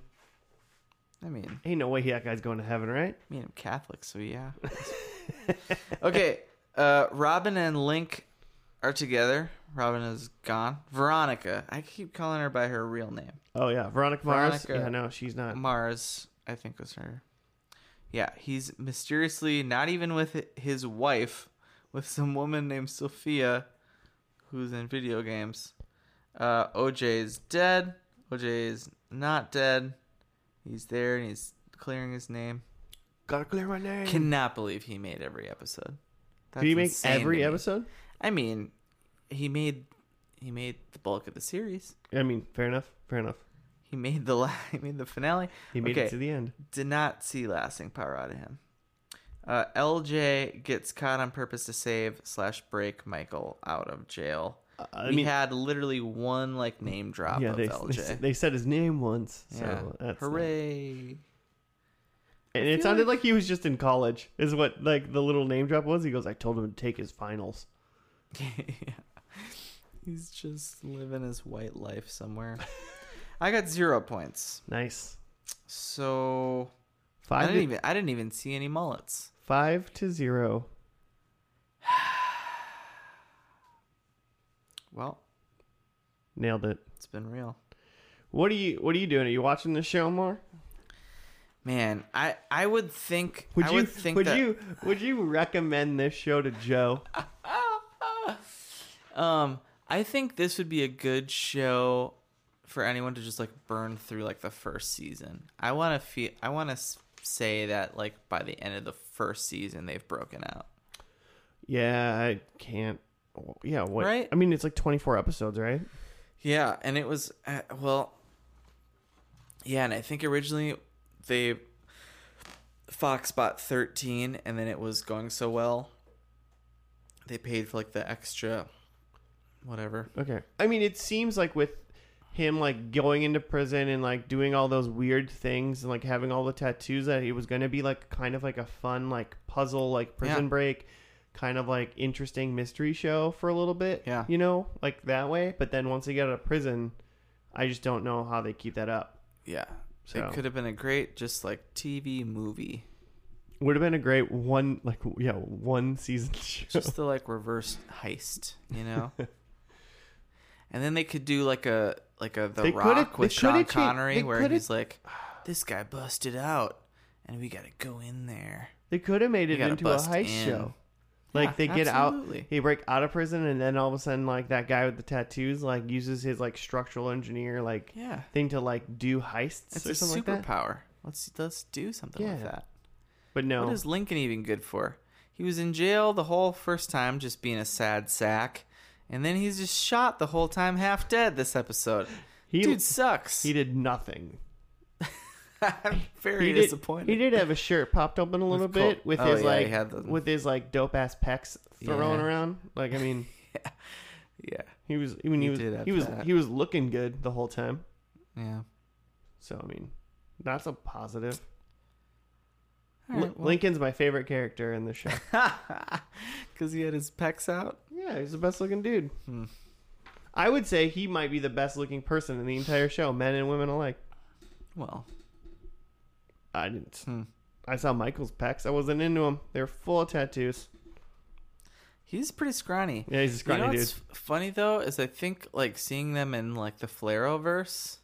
S2: I mean,
S1: ain't no way that guy's going to heaven, right?
S2: I mean, I'm Catholic, so yeah. okay. Uh, Robin and Link are together. Robin is gone. Veronica. I keep calling her by her real name.
S1: Oh yeah, Veronica Mars.
S2: Veronica. Oh
S1: Yeah, no, she's not.
S2: Mars, I think was her. Yeah, he's mysteriously not even with hi- his wife, with some woman named Sophia, who's in video games. Uh, OJ's dead. OJ's not dead. He's there and he's clearing his name.
S1: Gotta clear my name.
S2: Cannot believe he made every episode. That's
S1: Do you make
S2: insane to
S1: every
S2: me.
S1: episode?
S2: I mean, he made he made the bulk of the series.
S1: I mean, fair enough. Fair enough.
S2: He made the la- he made the finale.
S1: He made
S2: Okay.
S1: it to the end.
S2: did not see lasting power out of him. Uh, LJ gets caught on purpose to save slash break Michael out of jail.
S1: I
S2: Uh, we
S1: mean-
S2: had literally one like name drop
S1: yeah,
S2: of
S1: they,
S2: LJ.
S1: they they said his name once. So
S2: yeah,
S1: that's
S2: hooray!
S1: And it
S2: feel
S1: sounded like... he was just in college, is what like the little name drop was. He goes, "I told him to take his finals."
S2: yeah. He's just living his white life somewhere. I got zero points,
S1: Nice.
S2: so I
S1: Five
S2: didn't
S1: to,
S2: even I didn't even see any mullets.
S1: five to zero.
S2: Well,
S1: Nailed it.
S2: it's been real.
S1: What are you What are you doing? Are you watching the show more?
S2: Man, I I would think
S1: Would
S2: I
S1: you
S2: would think
S1: Would
S2: that,
S1: you Would you recommend this show to Joe?
S2: Um, I think this would be a good show for anyone to just like burn through like the first season. I want to feel. I want to say that like by the end of the first season, they've broken out.
S1: yeah, I can't. Yeah, what?
S2: Right?
S1: I mean, it's like twenty four episodes, right?
S2: Yeah, and it was uh, well. Yeah, and I think originally they Fox bought thirteen, and then it was going so well. They paid for like the extra, whatever.
S1: Okay. I mean, it seems like with him like going into prison and like doing all those weird things and like having all the tattoos that it was going to be like kind of like a fun like puzzle like prison
S2: Yeah.
S1: break kind of like interesting mystery show for a little bit
S2: Yeah.
S1: you know like that way but then once they get out of prison i just don't know how they keep that up
S2: Yeah.
S1: So-
S2: It could have been a great just like TV movie.
S1: Would have been a great one, like yeah, one season show.
S2: just the like reverse heist, you know. and then they could do like a like a The
S1: They coulda-
S2: Rock with
S1: they
S2: Sean
S1: coulda cha-
S2: Connery,
S1: they
S2: where
S1: coulda-
S2: he's like, "This guy busted out, and we got to go in there."
S1: They could have made
S2: You
S1: it
S2: gotta
S1: into a
S2: bust
S1: heist
S2: in.
S1: show. Like
S2: Yeah,
S1: they get
S2: absolutely.
S1: out, they break out of prison, and then all of a sudden, like that guy with the tattoos, like uses his like structural engineer like
S2: Yeah,
S1: thing to like do heists
S2: it's
S1: or
S2: a
S1: something like that.
S2: superpower. let's let's do something like
S1: Yeah.
S2: that.
S1: But no,
S2: What is Lincoln even good for? He was in jail the whole first time, just being a sad sack, and then he's just shot the whole time, half dead. This episode,
S1: he
S2: dude sucks.
S1: he did nothing.
S2: I'm very
S1: he
S2: disappointed.
S1: Did, he did have a shirt popped open a little
S2: With Col-
S1: bit with
S2: Oh,
S1: his
S2: yeah, he
S1: like
S2: had them.
S1: with his like dope ass pecs thrown
S2: Yeah.
S1: around. Like I mean,
S2: yeah,
S1: he was when he,
S2: He
S1: was
S2: did have
S1: he was
S2: that.
S1: he was looking good the whole time.
S2: yeah.
S1: So I mean, that's a positive.
S2: All right,
S1: Lin-
S2: well.
S1: Lincoln's my favorite character in the show.
S2: Because he had his pecs out.
S1: yeah, he's the best looking dude.
S2: Hmm.
S1: I would say he might be the best looking person in the entire show, men and women alike.
S2: Well,
S1: I didn't.
S2: Hmm.
S1: I saw Michael's pecs. I wasn't into them. They're full of tattoos.
S2: he's pretty scrawny.
S1: Yeah, he's a scrawny
S2: you know
S1: dude.
S2: what's f- funny though is I think like seeing them in like the Flaro verse,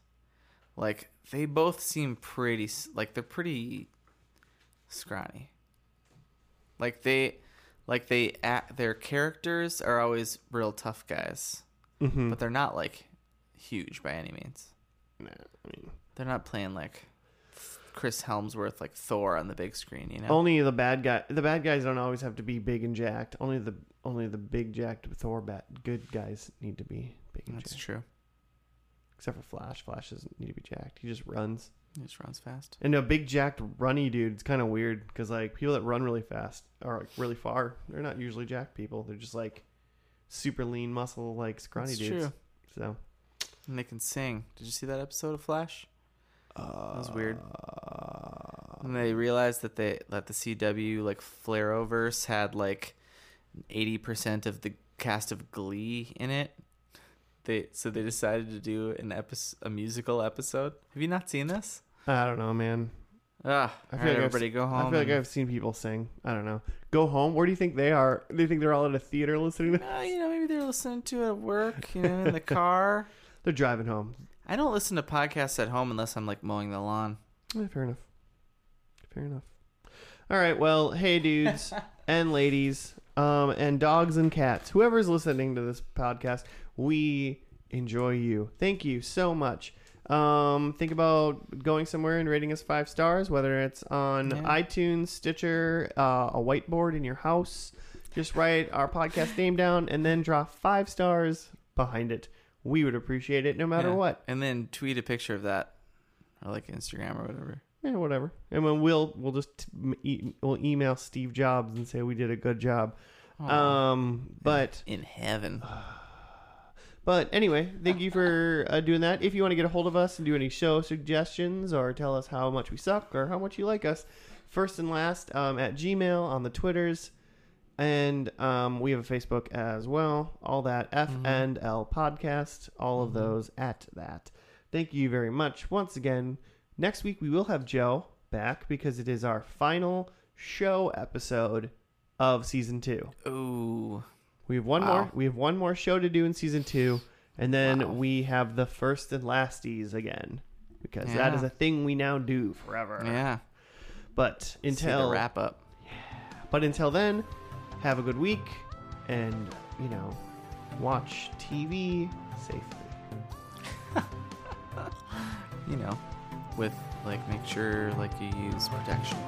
S2: like they both seem pretty s- like they're pretty scrawny. Like they, like they act, their characters are always real tough guys,
S1: Mhm.
S2: but they're not like huge by any means.
S1: Nah, I mean,
S2: They're not playing like Chris Helmsworth like Thor on the big screen, you know.
S1: Only the bad guy. The bad guys don't always have to be big and jacked. Only the only the big jacked Thor bat good guys need to be big and
S2: That's
S1: jacked.
S2: true.
S1: Except for Flash. Flash doesn't need to be jacked. He just runs.
S2: He just runs fast.
S1: And a big jacked runny dude is kind of weird because like people that run really fast or like really far, they're not usually jacked people. They're just like super lean muscle like scrawny
S2: That's
S1: dudes.
S2: true.
S1: So
S2: And they can sing. Did you see that episode of Flash?
S1: uh,
S2: was weird. And they realized that they that the CW like Flareoverse had like eighty percent of the cast of Glee in it. They so they decided to do an episode, a musical episode. Have you not seen this?
S1: I don't know, man.
S2: Ah,
S1: I
S2: all
S1: feel like
S2: right,
S1: I've
S2: everybody go home.
S1: I feel like
S2: and-
S1: I've seen people sing. I don't know. Go home. Where do you think they are? Do you think they're all at a theater listening to?
S2: Ah, you know, maybe they're listening to it at work, you know, in the car.
S1: They're driving home.
S2: I don't listen to podcasts at home unless I'm like mowing the lawn.
S1: Yeah, Eh, fair enough. Fair enough. All right. Well, hey, dudes and ladies, um, and dogs and cats, whoever's listening to this podcast, we enjoy you. Thank you so much. Um, think about going somewhere and rating us five stars, whether it's on
S2: Yeah.
S1: iTunes, Stitcher, uh, a whiteboard in your house. Just write our podcast name down and then draw five stars behind it. We would appreciate it no matter
S2: Yeah.
S1: what.
S2: And then tweet a picture of that, or like Instagram or whatever.
S1: Yeah, Eh, whatever. And then we'll we'll just m- e- we'll email Steve Jobs and say we did a good job.
S2: Aw.
S1: Um, but
S2: Oh, in heaven.
S1: but anyway, thank you for uh, doing that. If you want to get a hold of us and do any show suggestions or tell us how much we suck or how much you like us, first and last um, at Gmail on the Twitters, and um, we have a Facebook as well. All that F and L podcast. All of those at that. Thank you very much once again. Next week we will have Joe back because it is our final show episode of season two.
S2: Ooh.
S1: We have one
S2: Wow.
S1: more. We have one more show to do in season two, and then
S2: Wow.
S1: we have the first and lasties again because that
S2: Yeah.
S1: is a thing we now do forever.
S2: Yeah.
S1: But
S2: See the
S1: until
S2: wrap up.
S1: but until then, have a good week, and you know, watch TV safely.
S2: You know, with like make sure like you use protection.